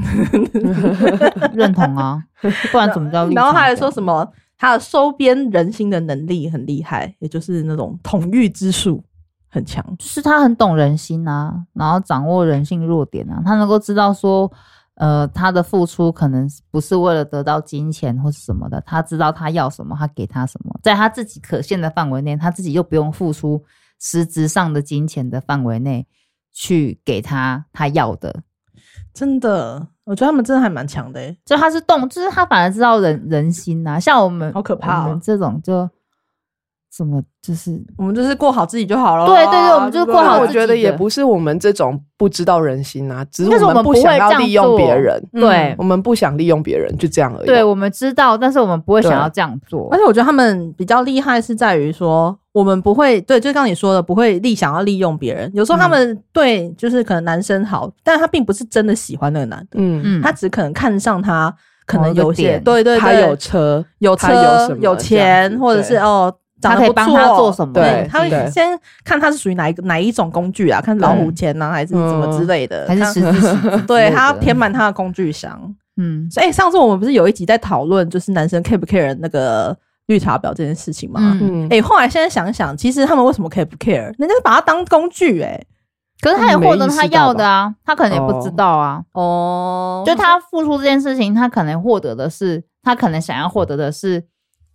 [SPEAKER 2] 认同啊，不然怎么叫绿
[SPEAKER 1] 然后他还
[SPEAKER 2] 茶婊
[SPEAKER 1] 说什么他的收编人心的能力很厉害，也就是那种统御之术很强。
[SPEAKER 2] 就是他很懂人心啊，然后掌握人性弱点啊，他能够知道说，呃，他的付出可能不是为了得到金钱或是什么的，他知道他要什么，他给他什么，在他自己可限的范围内，他自己又不用付出实质上的金钱的范围内去给他他要的，
[SPEAKER 1] 真的，我觉得他们真的还蛮强的欸、
[SPEAKER 2] 就他是动，就是他反而知道人人心呐、像我们
[SPEAKER 1] 好可怕哦
[SPEAKER 2] 我们这种就怎么就是
[SPEAKER 1] 我们就是过好自己就好了。
[SPEAKER 2] 对对对我们就是过好
[SPEAKER 3] 我
[SPEAKER 2] 自己
[SPEAKER 3] 觉得也
[SPEAKER 2] 的
[SPEAKER 3] 不是我们这种不知道人心啊，只
[SPEAKER 2] 应该是
[SPEAKER 3] 我
[SPEAKER 2] 我们
[SPEAKER 3] 不
[SPEAKER 2] 不
[SPEAKER 3] 想
[SPEAKER 2] 会
[SPEAKER 3] 要
[SPEAKER 2] 这样
[SPEAKER 3] 利用
[SPEAKER 2] 做
[SPEAKER 3] 别人，
[SPEAKER 1] 嗯
[SPEAKER 2] 对
[SPEAKER 3] 我们不想利用别人，就这样而已。
[SPEAKER 2] 对，我们知道，但是我们不会想
[SPEAKER 3] 对
[SPEAKER 2] 要这样做
[SPEAKER 1] 而。且我觉得他们比较厉害是在于说，我们不会对，就像你说的，不会利想要利用别人。有时候他们对就是可能男生好，但他并不是真的喜欢那个男的，
[SPEAKER 3] 嗯，
[SPEAKER 2] 嗯
[SPEAKER 1] 他只可能看上他，可
[SPEAKER 2] 某
[SPEAKER 1] 能
[SPEAKER 2] 一个
[SPEAKER 1] 有一些
[SPEAKER 2] 点
[SPEAKER 1] 对对
[SPEAKER 3] 他
[SPEAKER 1] 对
[SPEAKER 3] 有车，
[SPEAKER 1] 有
[SPEAKER 3] 他
[SPEAKER 1] 车
[SPEAKER 3] 有什么
[SPEAKER 1] 有
[SPEAKER 3] 这样
[SPEAKER 1] 钱，
[SPEAKER 3] 子
[SPEAKER 1] 或者是
[SPEAKER 3] 对
[SPEAKER 1] 哦。长
[SPEAKER 2] 他
[SPEAKER 1] 得
[SPEAKER 2] 可以
[SPEAKER 1] 不
[SPEAKER 2] 帮他
[SPEAKER 1] 错
[SPEAKER 2] 做什么
[SPEAKER 1] 对
[SPEAKER 3] 对，
[SPEAKER 1] 他会
[SPEAKER 3] 对
[SPEAKER 1] 先看他是属于哪一个哪一种工具啊？看老虎钳啊，还是什么
[SPEAKER 3] 嗯
[SPEAKER 1] 之类的？
[SPEAKER 2] 还是
[SPEAKER 1] 看，
[SPEAKER 2] 十字形
[SPEAKER 1] 对，他要
[SPEAKER 2] 填
[SPEAKER 1] 填满他的工具箱。
[SPEAKER 2] 嗯
[SPEAKER 1] 所以、欸上次我们不是有一集在讨论，就是男生 care 不 care 那个绿茶婊这件事情吗？
[SPEAKER 2] 嗯，
[SPEAKER 3] 嗯，
[SPEAKER 1] 哎、后来现在想一想，其实他们为什么可以不 care？人家是把它当工具、欸，哎，
[SPEAKER 2] 可是他也获得
[SPEAKER 3] 没
[SPEAKER 2] 他
[SPEAKER 3] 意识到
[SPEAKER 2] 要的啊，他可能也不知道啊。
[SPEAKER 1] 哦
[SPEAKER 2] 就他付出这件事情，他可能获得的是，他可能想要获得的是，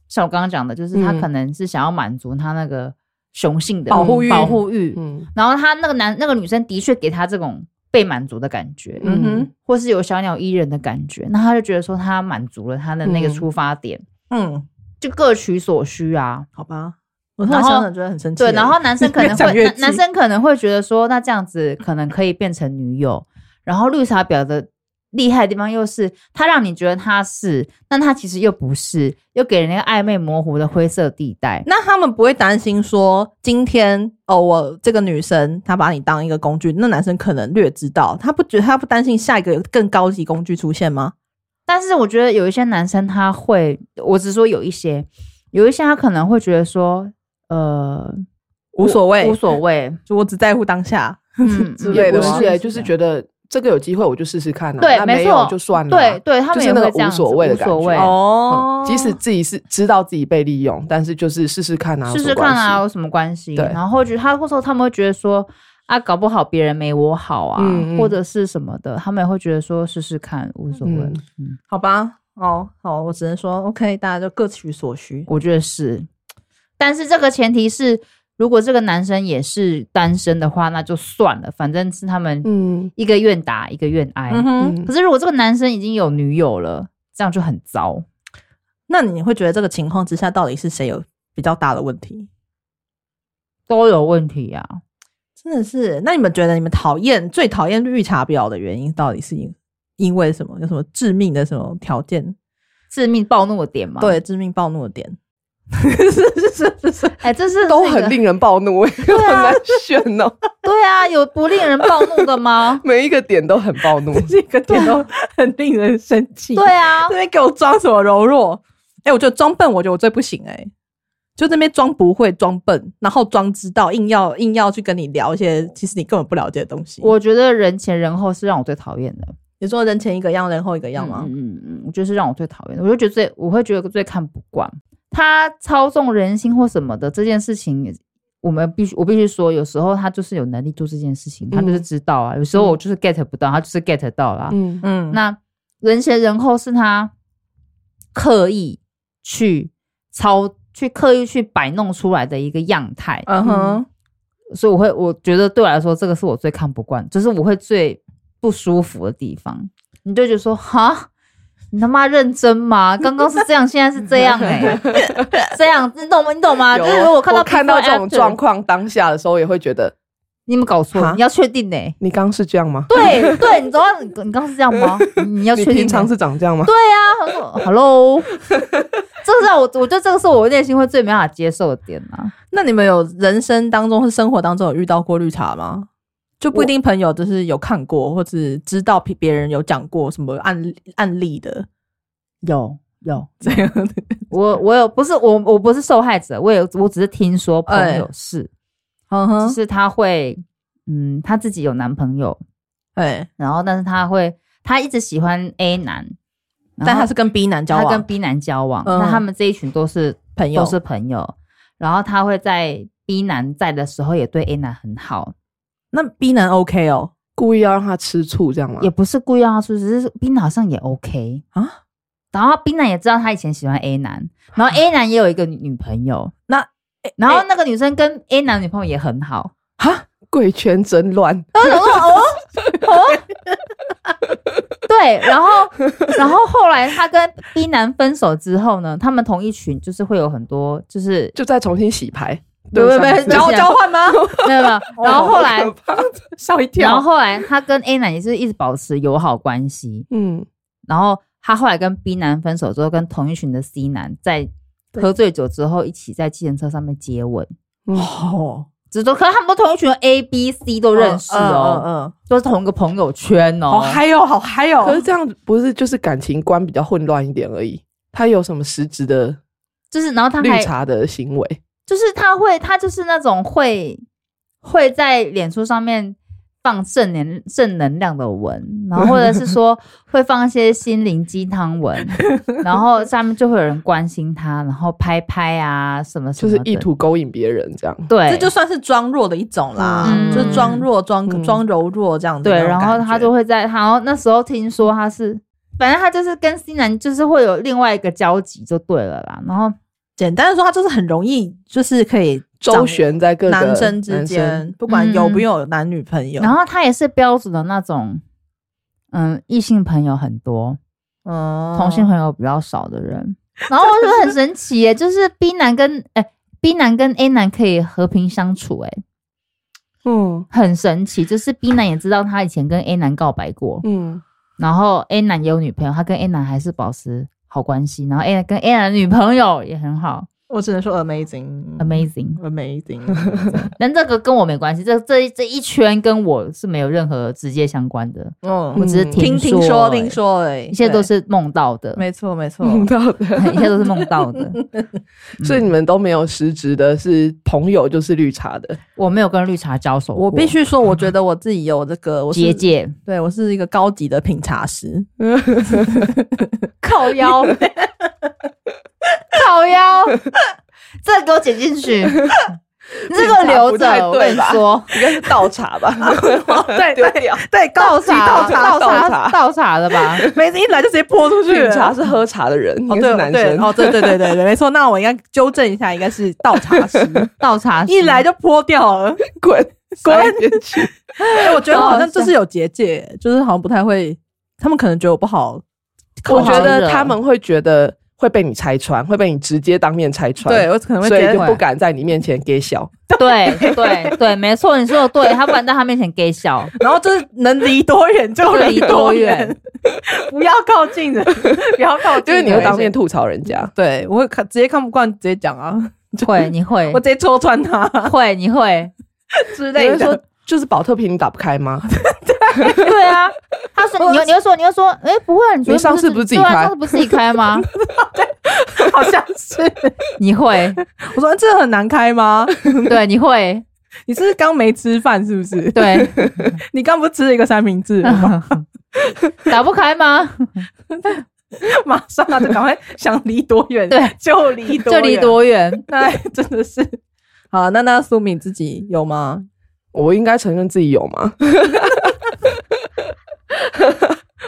[SPEAKER 2] 像我刚刚讲的，就是他
[SPEAKER 3] 嗯
[SPEAKER 2] 可能是想要满足他那个雄性的
[SPEAKER 1] 保护欲
[SPEAKER 2] 嗯保护欲。
[SPEAKER 3] 嗯
[SPEAKER 2] 然后他那个男那个女生的确给他这种被满足的感觉，
[SPEAKER 1] 嗯哼，
[SPEAKER 2] 或是有小鸟依人的感觉，那他就觉得说他满足了他的那个
[SPEAKER 3] 嗯
[SPEAKER 2] 出发点，
[SPEAKER 1] 嗯，
[SPEAKER 2] 就各取所需啊。
[SPEAKER 1] 好吧，我突然想想觉得很生气欸。
[SPEAKER 2] 对，然后男生可
[SPEAKER 1] 越
[SPEAKER 2] 能
[SPEAKER 1] 讲
[SPEAKER 2] 会
[SPEAKER 1] 越
[SPEAKER 2] 男
[SPEAKER 1] 气
[SPEAKER 2] 男生可能会觉得说，那这样子可能可以变成女友。然后绿茶婊的厉害的地方又是，他让你觉得他是，但他其实又不是，又给人那个暧昧模糊的灰色地带。
[SPEAKER 1] 那他们不会担心说，今天哦，我这个女生她把你当一个工具，那男生可能略知道，他不觉得他不担心下一个有更高级工具出现吗？
[SPEAKER 2] 但是我觉得有一些男生他会，我只说有一些，有一些他可能会觉得说，呃，
[SPEAKER 1] 无所谓
[SPEAKER 2] 无，所 谓，
[SPEAKER 1] 就我只在乎当下。
[SPEAKER 2] 嗯
[SPEAKER 1] 之
[SPEAKER 3] 也
[SPEAKER 1] 类
[SPEAKER 3] 不
[SPEAKER 1] 的
[SPEAKER 3] 是
[SPEAKER 1] 吗
[SPEAKER 3] 欸，就是觉得这个有机会我就试试看啊，
[SPEAKER 2] 对
[SPEAKER 3] 那
[SPEAKER 2] 没
[SPEAKER 3] 没
[SPEAKER 2] 错
[SPEAKER 3] 有就算了啊，
[SPEAKER 2] 对对，他们
[SPEAKER 3] 就是
[SPEAKER 2] 也
[SPEAKER 3] 那
[SPEAKER 2] 会
[SPEAKER 3] 个
[SPEAKER 2] 这样
[SPEAKER 3] 无
[SPEAKER 2] 子
[SPEAKER 3] 所谓的感
[SPEAKER 2] 无所
[SPEAKER 3] 觉
[SPEAKER 2] 谓。
[SPEAKER 1] 哦
[SPEAKER 3] 嗯即使自己是知道自己被利用，但是就是试试看啊，有
[SPEAKER 2] 试
[SPEAKER 3] 什
[SPEAKER 2] 试看
[SPEAKER 3] 么关系
[SPEAKER 2] 啊，有什么关系？
[SPEAKER 3] 对
[SPEAKER 2] 然后觉得他或者他们会觉得说啊，搞不好别人没我好啊，
[SPEAKER 3] 嗯嗯
[SPEAKER 2] 或者是什么的，他们也会觉得说试试看无所谓。
[SPEAKER 3] 嗯
[SPEAKER 2] 嗯，
[SPEAKER 1] 好吧，哦，好，我只能说 OK，大家就各取所需。
[SPEAKER 2] 我觉得是，但是这个前提是，如果这个男生也是单身的话，那就算了，反正是他们
[SPEAKER 3] 嗯
[SPEAKER 2] 一个愿打一个愿挨。
[SPEAKER 1] 嗯哼，
[SPEAKER 2] 可
[SPEAKER 3] 嗯，
[SPEAKER 2] 是如果这个男生已经有女友了，这样就很糟。
[SPEAKER 1] 那你会觉得这个情况之下，到底是谁有比较大的问题？
[SPEAKER 2] 都有问题啊！
[SPEAKER 1] 真的是，那你们觉得你们讨厌最讨厌绿茶婊的原因到底是因因为什么？有什么致命的什么条件？
[SPEAKER 2] 致命暴怒的点嘛，，
[SPEAKER 1] 对，致命暴怒的点。是是是是是，
[SPEAKER 2] 哎、这是
[SPEAKER 3] 都
[SPEAKER 2] 这个
[SPEAKER 3] 哦很令人暴怒，我很难选哦，？
[SPEAKER 2] 对啊，有不令人暴怒的吗
[SPEAKER 3] 每一个点都很暴 怒。
[SPEAKER 1] 这个点都很令人生气。
[SPEAKER 2] 对啊
[SPEAKER 1] 这，边给我装什么柔弱？哎、我觉得装笨，我觉得我最不行哎、就那边装不会、装笨，然后装知道，硬要硬要去跟你聊一些其实你根本不了解的东西。
[SPEAKER 2] 我觉得人前人后是让我最讨厌的，
[SPEAKER 1] 你说人前一个样，人后一个样吗？
[SPEAKER 2] 嗯嗯嗯，我觉得是让我最讨厌的，我就觉得最我会觉得最看不惯他操纵人心或什么的这件事情。我们必须，我必须说，有时候他就是有能力做这件事情，他就是知道啊。有时候我就是 get 不到，他就是 get 到啦。
[SPEAKER 3] 嗯
[SPEAKER 1] 嗯
[SPEAKER 2] 那人前人后是他刻意去操、去刻意去摆弄出来的一个样态。
[SPEAKER 1] 嗯哼，
[SPEAKER 2] 所以我会，我觉得对我来说，这个是我最看不惯，就是我会最不舒服的地方。你就觉得说，哈，你他妈认真吗？刚刚是这样，现在是这样、 欸，这样，你懂吗？你懂吗？
[SPEAKER 3] 有
[SPEAKER 2] 就是如果
[SPEAKER 3] 我
[SPEAKER 2] 啊看到
[SPEAKER 3] 看到这种
[SPEAKER 2] before after，
[SPEAKER 3] 状况当下的时候，也会觉得？
[SPEAKER 2] 你有没有搞错
[SPEAKER 1] 哈？
[SPEAKER 2] 你要确定呢、欸
[SPEAKER 3] 你刚刚是这样吗？
[SPEAKER 2] 对对，你知道你你刚刚是这样吗？你要
[SPEAKER 3] 你
[SPEAKER 2] 确定、欸？
[SPEAKER 3] 平常是长这样吗？
[SPEAKER 2] 对啊，他说 hello，这是让我我觉得这个是我内心会最没办法接受的点啊。
[SPEAKER 1] 那你们有人生当中或生活当中有遇到过绿茶吗？就不一定朋友就是有看过或是知道别别人有讲过什么案例案例的
[SPEAKER 2] 有有，
[SPEAKER 1] 这样的。
[SPEAKER 2] 我我有不是我我不是受害者，我有我只是听说朋友
[SPEAKER 1] 哎
[SPEAKER 2] 是，
[SPEAKER 1] 嗯
[SPEAKER 2] 就
[SPEAKER 1] 哼，
[SPEAKER 2] 是她会嗯她自己有男朋友，
[SPEAKER 1] 哎，
[SPEAKER 2] 然后但是她会她一直喜欢 A 男，然
[SPEAKER 1] 但
[SPEAKER 2] 后
[SPEAKER 1] 他是跟 B 男交
[SPEAKER 2] 她
[SPEAKER 1] 往，
[SPEAKER 2] 跟 B 男交往，
[SPEAKER 1] 嗯
[SPEAKER 2] 那他们这一群都是
[SPEAKER 1] 朋友
[SPEAKER 2] 都是朋友，然后她会在 B 男在的时候也对 A 男很好，
[SPEAKER 1] 那 B 男 OK 哦
[SPEAKER 3] 故意要让他吃醋这样吗
[SPEAKER 2] 也？不是故意要出，只是冰男好像也 OK。
[SPEAKER 1] 啊？
[SPEAKER 2] 然后冰男也知道他以前喜欢 A 男，然后 A 男也有一个女女朋友，
[SPEAKER 1] 啊那
[SPEAKER 2] 然后那个女生跟 A 男女朋友也很好。
[SPEAKER 3] 哈，贵圈真乱，
[SPEAKER 2] 然后我想说哦哦， 对，然后然后后来他跟 B 男分手之后呢，他们同一群就是会有很多就是
[SPEAKER 3] 就再重新洗牌。
[SPEAKER 2] 对对对
[SPEAKER 3] 上次
[SPEAKER 2] 然后
[SPEAKER 1] 交交换吗？
[SPEAKER 2] 没有没 有，然后后来
[SPEAKER 3] 好可怕
[SPEAKER 1] 吓我一
[SPEAKER 2] 然后
[SPEAKER 1] 哦跳。
[SPEAKER 2] 后来他跟 A 男也是一直保持友好关系，
[SPEAKER 3] 嗯，
[SPEAKER 2] 然后他后来跟 B 男分手之后，跟同一群的 C 男在喝醉酒之后一起在计程车上面接吻，
[SPEAKER 3] 嗯
[SPEAKER 1] 哦，
[SPEAKER 2] 只都可是他们都同一群 A、B、C 都认识哦，
[SPEAKER 1] 嗯嗯嗯，
[SPEAKER 2] 都是同一个朋友圈哦。
[SPEAKER 1] 好嗨哦，好嗨
[SPEAKER 3] 可是
[SPEAKER 1] 哦，
[SPEAKER 3] 这样不是就是感情观比较混乱一点而已。他有什么实质的
[SPEAKER 2] 就是然后他
[SPEAKER 3] 绿
[SPEAKER 2] 还
[SPEAKER 3] 茶的行为？
[SPEAKER 2] 就是他会他就是那种会会在脸书上面。放正能正能量的文，然后或者 是说会放一些心灵鸡汤文，然后下面就会有人关心他，然后拍拍啊什么什
[SPEAKER 3] 就
[SPEAKER 2] 么
[SPEAKER 3] 是
[SPEAKER 2] 的，
[SPEAKER 3] 意图勾引别人这样。
[SPEAKER 2] 对，
[SPEAKER 1] 这就算是装弱的一种啦，
[SPEAKER 2] 嗯
[SPEAKER 1] 就是装弱、装
[SPEAKER 3] 嗯
[SPEAKER 1] 装柔弱这样子
[SPEAKER 2] 对，
[SPEAKER 1] 那种
[SPEAKER 2] 然
[SPEAKER 1] 感觉。
[SPEAKER 2] 后他就会在，然后那时候听说他是，反正他就是跟 C 男就是会有另外一个交集就对了啦。然后
[SPEAKER 1] 简单的说，他就是很容易，就是可以
[SPEAKER 3] 周旋在各
[SPEAKER 1] 掌
[SPEAKER 3] 个
[SPEAKER 1] 男生之
[SPEAKER 3] 男生，
[SPEAKER 1] 间，不管有
[SPEAKER 2] 嗯
[SPEAKER 1] 没有男女朋友。
[SPEAKER 2] 然后他也是标准的那种，嗯，异性朋友很多，
[SPEAKER 1] 嗯
[SPEAKER 2] 同性朋友比较少的人。然后我觉得很神 奇耶、就是 B 男跟哎、B 男跟 A 男可以和平相处、哎，
[SPEAKER 3] 嗯
[SPEAKER 2] 很神奇。就是 B 男也知道他以前跟 A 男告白过，
[SPEAKER 3] 嗯，
[SPEAKER 2] 然后 A 男也有女朋友，他跟 A 男还是保持好关系，然后 A 男跟 A 男的女朋友也很好
[SPEAKER 1] 我只能说 amazing
[SPEAKER 2] ，amazing。
[SPEAKER 1] amazing。
[SPEAKER 2] 但这个跟我没关系，这这这一圈跟我是没有任何直接相关的，
[SPEAKER 1] 嗯，
[SPEAKER 2] 我只是
[SPEAKER 3] 嗯
[SPEAKER 1] 听听
[SPEAKER 2] 说听
[SPEAKER 1] 说听，说哎，
[SPEAKER 2] 一切都是嗯梦到 的
[SPEAKER 1] 对，没错没错。
[SPEAKER 3] 碰到的。
[SPEAKER 2] 一切都是梦 到的。
[SPEAKER 3] 所以你们都没有实质的，是朋友就是绿茶的。
[SPEAKER 2] 我没有跟绿茶交手过，
[SPEAKER 1] 我必须说，我觉得我自己有这个，我是
[SPEAKER 2] 结界
[SPEAKER 1] 对我是一个高级的品茶师。
[SPEAKER 2] 靠腰，靠腰，这个给我剪进去，你这个留
[SPEAKER 3] 绿茶
[SPEAKER 2] 着，我
[SPEAKER 3] 不太
[SPEAKER 2] 跟
[SPEAKER 3] 对
[SPEAKER 2] 你
[SPEAKER 3] 吧
[SPEAKER 2] 说。
[SPEAKER 3] 应该是倒茶吧？
[SPEAKER 1] 对
[SPEAKER 3] 丢掉。
[SPEAKER 1] 对，
[SPEAKER 2] 倒
[SPEAKER 1] 高级
[SPEAKER 2] 茶
[SPEAKER 1] 倒
[SPEAKER 2] 倒
[SPEAKER 1] 茶倒
[SPEAKER 2] 茶倒
[SPEAKER 1] 茶，
[SPEAKER 2] 茶的吧？
[SPEAKER 1] 每次一来就直接泼出去
[SPEAKER 3] 绿
[SPEAKER 1] 了。
[SPEAKER 3] 茶是喝茶的人，
[SPEAKER 1] 啊哦
[SPEAKER 3] 应该是
[SPEAKER 1] 对
[SPEAKER 3] 男
[SPEAKER 1] 对
[SPEAKER 3] 生。
[SPEAKER 1] 哦对对对对对，没错。那我应该纠正一下，应该是倒茶师，
[SPEAKER 2] 倒茶
[SPEAKER 1] 一来
[SPEAKER 2] 就
[SPEAKER 1] 就泼掉了。
[SPEAKER 3] 滚
[SPEAKER 1] 滚
[SPEAKER 3] 撒一边去！
[SPEAKER 1] 哎，我觉得我好像就是有结界，就是好像不太会，他们可能觉得我不好。
[SPEAKER 3] 我觉
[SPEAKER 2] 好惹
[SPEAKER 3] 得他们会觉得会被你拆穿，会被你直接当面拆穿，
[SPEAKER 1] 对，我可能会
[SPEAKER 3] 所
[SPEAKER 1] 觉
[SPEAKER 3] 以就
[SPEAKER 1] 得
[SPEAKER 2] 会
[SPEAKER 3] 不敢在你面前给小。
[SPEAKER 2] 对对对，没错，你说的对，他不敢在他面前给小，
[SPEAKER 1] 然后就是能离多远就
[SPEAKER 2] 就离多
[SPEAKER 1] 多
[SPEAKER 2] 远，
[SPEAKER 1] 不要靠近人，不要靠近人，
[SPEAKER 3] 就是你会当面吐槽人家，
[SPEAKER 1] 对我会看直接看不惯，直接讲啊，
[SPEAKER 2] 会你会
[SPEAKER 1] 我直接戳穿他
[SPEAKER 2] 会你会，
[SPEAKER 1] 之
[SPEAKER 3] 你
[SPEAKER 1] 类
[SPEAKER 3] 会说
[SPEAKER 1] 的。
[SPEAKER 3] 就是保特瓶你打不开吗？
[SPEAKER 2] 对啊，他说你又你又说你又说，哎，不会，你昨天
[SPEAKER 3] 你上次不是自己
[SPEAKER 2] 对啊
[SPEAKER 3] 开
[SPEAKER 2] 上次不是自己开吗？
[SPEAKER 1] 好像是
[SPEAKER 2] 你会，
[SPEAKER 1] 我说哎这很难开吗？
[SPEAKER 2] 对，你会，
[SPEAKER 1] 你是不是刚没吃饭是不是？
[SPEAKER 2] 对，
[SPEAKER 1] 你刚不是吃了一个三明治了吗，
[SPEAKER 2] 打不开吗？
[SPEAKER 1] 马上啊他就赶快想离多远，
[SPEAKER 2] 对，
[SPEAKER 1] 就离多
[SPEAKER 2] 就
[SPEAKER 1] 远
[SPEAKER 2] 离。多远？
[SPEAKER 1] 那真的是好，那那苏敏自己有吗？
[SPEAKER 3] 我应该承认自己有吗？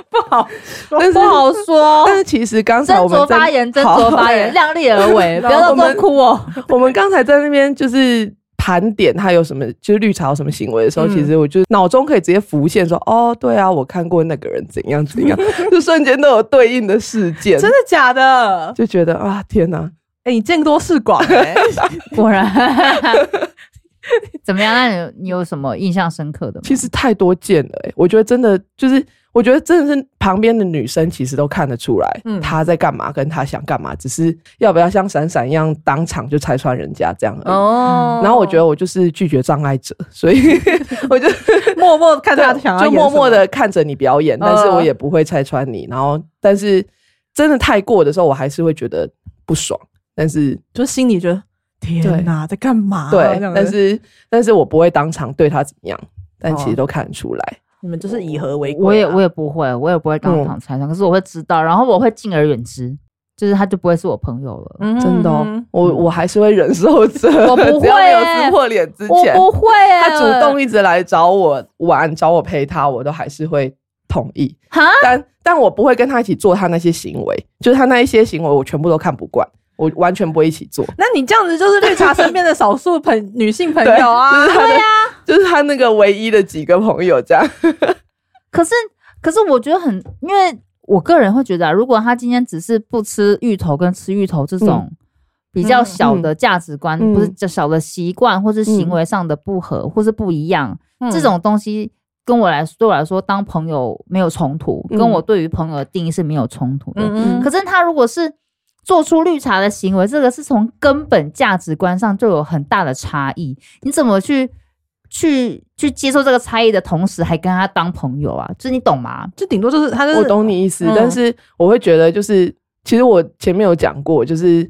[SPEAKER 1] 不好说，
[SPEAKER 2] 不好说，
[SPEAKER 3] 但是其实刚才
[SPEAKER 2] 斟
[SPEAKER 3] 我们
[SPEAKER 2] 酌
[SPEAKER 3] 在
[SPEAKER 2] 发言，斟
[SPEAKER 3] 好
[SPEAKER 2] 酌发言，量力而 为，不
[SPEAKER 3] 然后
[SPEAKER 2] 要那
[SPEAKER 3] 我
[SPEAKER 2] 么
[SPEAKER 3] 们
[SPEAKER 2] 哭哦。
[SPEAKER 3] 我们刚才在那边就是盘点他有什么，就是绿茶有什么行为的时候，
[SPEAKER 1] 嗯
[SPEAKER 3] 其实我就脑中可以直接浮现说，哦，对啊，我看过那个人怎样怎样， 就瞬间都有对应的事件，
[SPEAKER 1] 真的假的？
[SPEAKER 3] 就觉得啊，天哪，
[SPEAKER 1] 哎、你见多识广、欸，
[SPEAKER 2] 果然。怎么样？那你有你有什么印象深刻的吗？
[SPEAKER 3] 其实太多件了、欸，我觉得真的就是。我觉得真的是旁边的女生其实都看得出来，
[SPEAKER 1] 嗯
[SPEAKER 3] 她在干嘛，跟她想干嘛，只是要不要像闪闪一样当场就拆穿人家这样而已。
[SPEAKER 1] 哦
[SPEAKER 3] 然后我觉得我就是拒绝障碍者，所以我就
[SPEAKER 1] 默默看他
[SPEAKER 3] 对啊
[SPEAKER 1] 想要
[SPEAKER 3] 就
[SPEAKER 1] 演
[SPEAKER 3] 默
[SPEAKER 1] 什
[SPEAKER 3] 默
[SPEAKER 1] 么
[SPEAKER 3] 的看着你表演，但是
[SPEAKER 1] 嗯
[SPEAKER 3] 我也不会拆穿你。然后，但是真的太过的时候，我还是会觉得不爽。但是
[SPEAKER 1] 就心里觉得
[SPEAKER 3] 对
[SPEAKER 1] 天哪，在干嘛啊？
[SPEAKER 3] 对
[SPEAKER 1] 这样，
[SPEAKER 3] 但
[SPEAKER 1] 子
[SPEAKER 3] 是但是我不会当场对他怎么样，但其
[SPEAKER 1] 哦
[SPEAKER 3] 实都看得出来。
[SPEAKER 1] 你们就是以和为贵啊。
[SPEAKER 2] 我也我也不会，我也不会
[SPEAKER 3] 嗯
[SPEAKER 2] 当场拆穿，可是我会知道，然后我会敬而远之，就是他就不会是我朋友了。
[SPEAKER 1] 嗯
[SPEAKER 3] 真的、哦
[SPEAKER 1] 嗯嗯，
[SPEAKER 3] 我我还是会忍受着，
[SPEAKER 2] 我不
[SPEAKER 3] 只要没有
[SPEAKER 2] 会欸
[SPEAKER 3] 撕破脸之
[SPEAKER 2] 我
[SPEAKER 3] 前，
[SPEAKER 2] 不会、
[SPEAKER 3] 他主动一直来找我玩，找我陪他，我都还是会同意。
[SPEAKER 2] 哈，
[SPEAKER 3] 但但我不会跟他一起做他那些行为，就是他那一些行为，我全部都看不惯，我完全不会一起做。
[SPEAKER 1] 那你这样子就是绿茶身边的少数朋 女性朋友啊，
[SPEAKER 3] 对呀、就是他那个唯一的几个朋友这样。
[SPEAKER 2] 可是可是我觉得很，因为我个人会觉得、啊，如果他今天只是不吃芋头跟吃芋头这种比较小的价值观，
[SPEAKER 3] 嗯嗯嗯嗯
[SPEAKER 2] 不是就小的习惯或是行为上的不合、或是不一样，
[SPEAKER 1] 嗯
[SPEAKER 2] 这种东西。跟我来对我来说，当朋友没有冲突，
[SPEAKER 3] 嗯
[SPEAKER 2] 跟我对于朋友的定义是没有冲突的。
[SPEAKER 1] 嗯嗯，
[SPEAKER 2] 可是他如果是做出绿茶的行为，这个是从根本价值观上就有很大的差异。你怎么去去去接受这个差异的同时，还跟他当朋友啊？就是你懂吗？
[SPEAKER 1] 就顶多就是他就是
[SPEAKER 3] 我懂你意思，
[SPEAKER 1] 嗯
[SPEAKER 3] 但是我会觉得就是，其实我前面有讲过，就是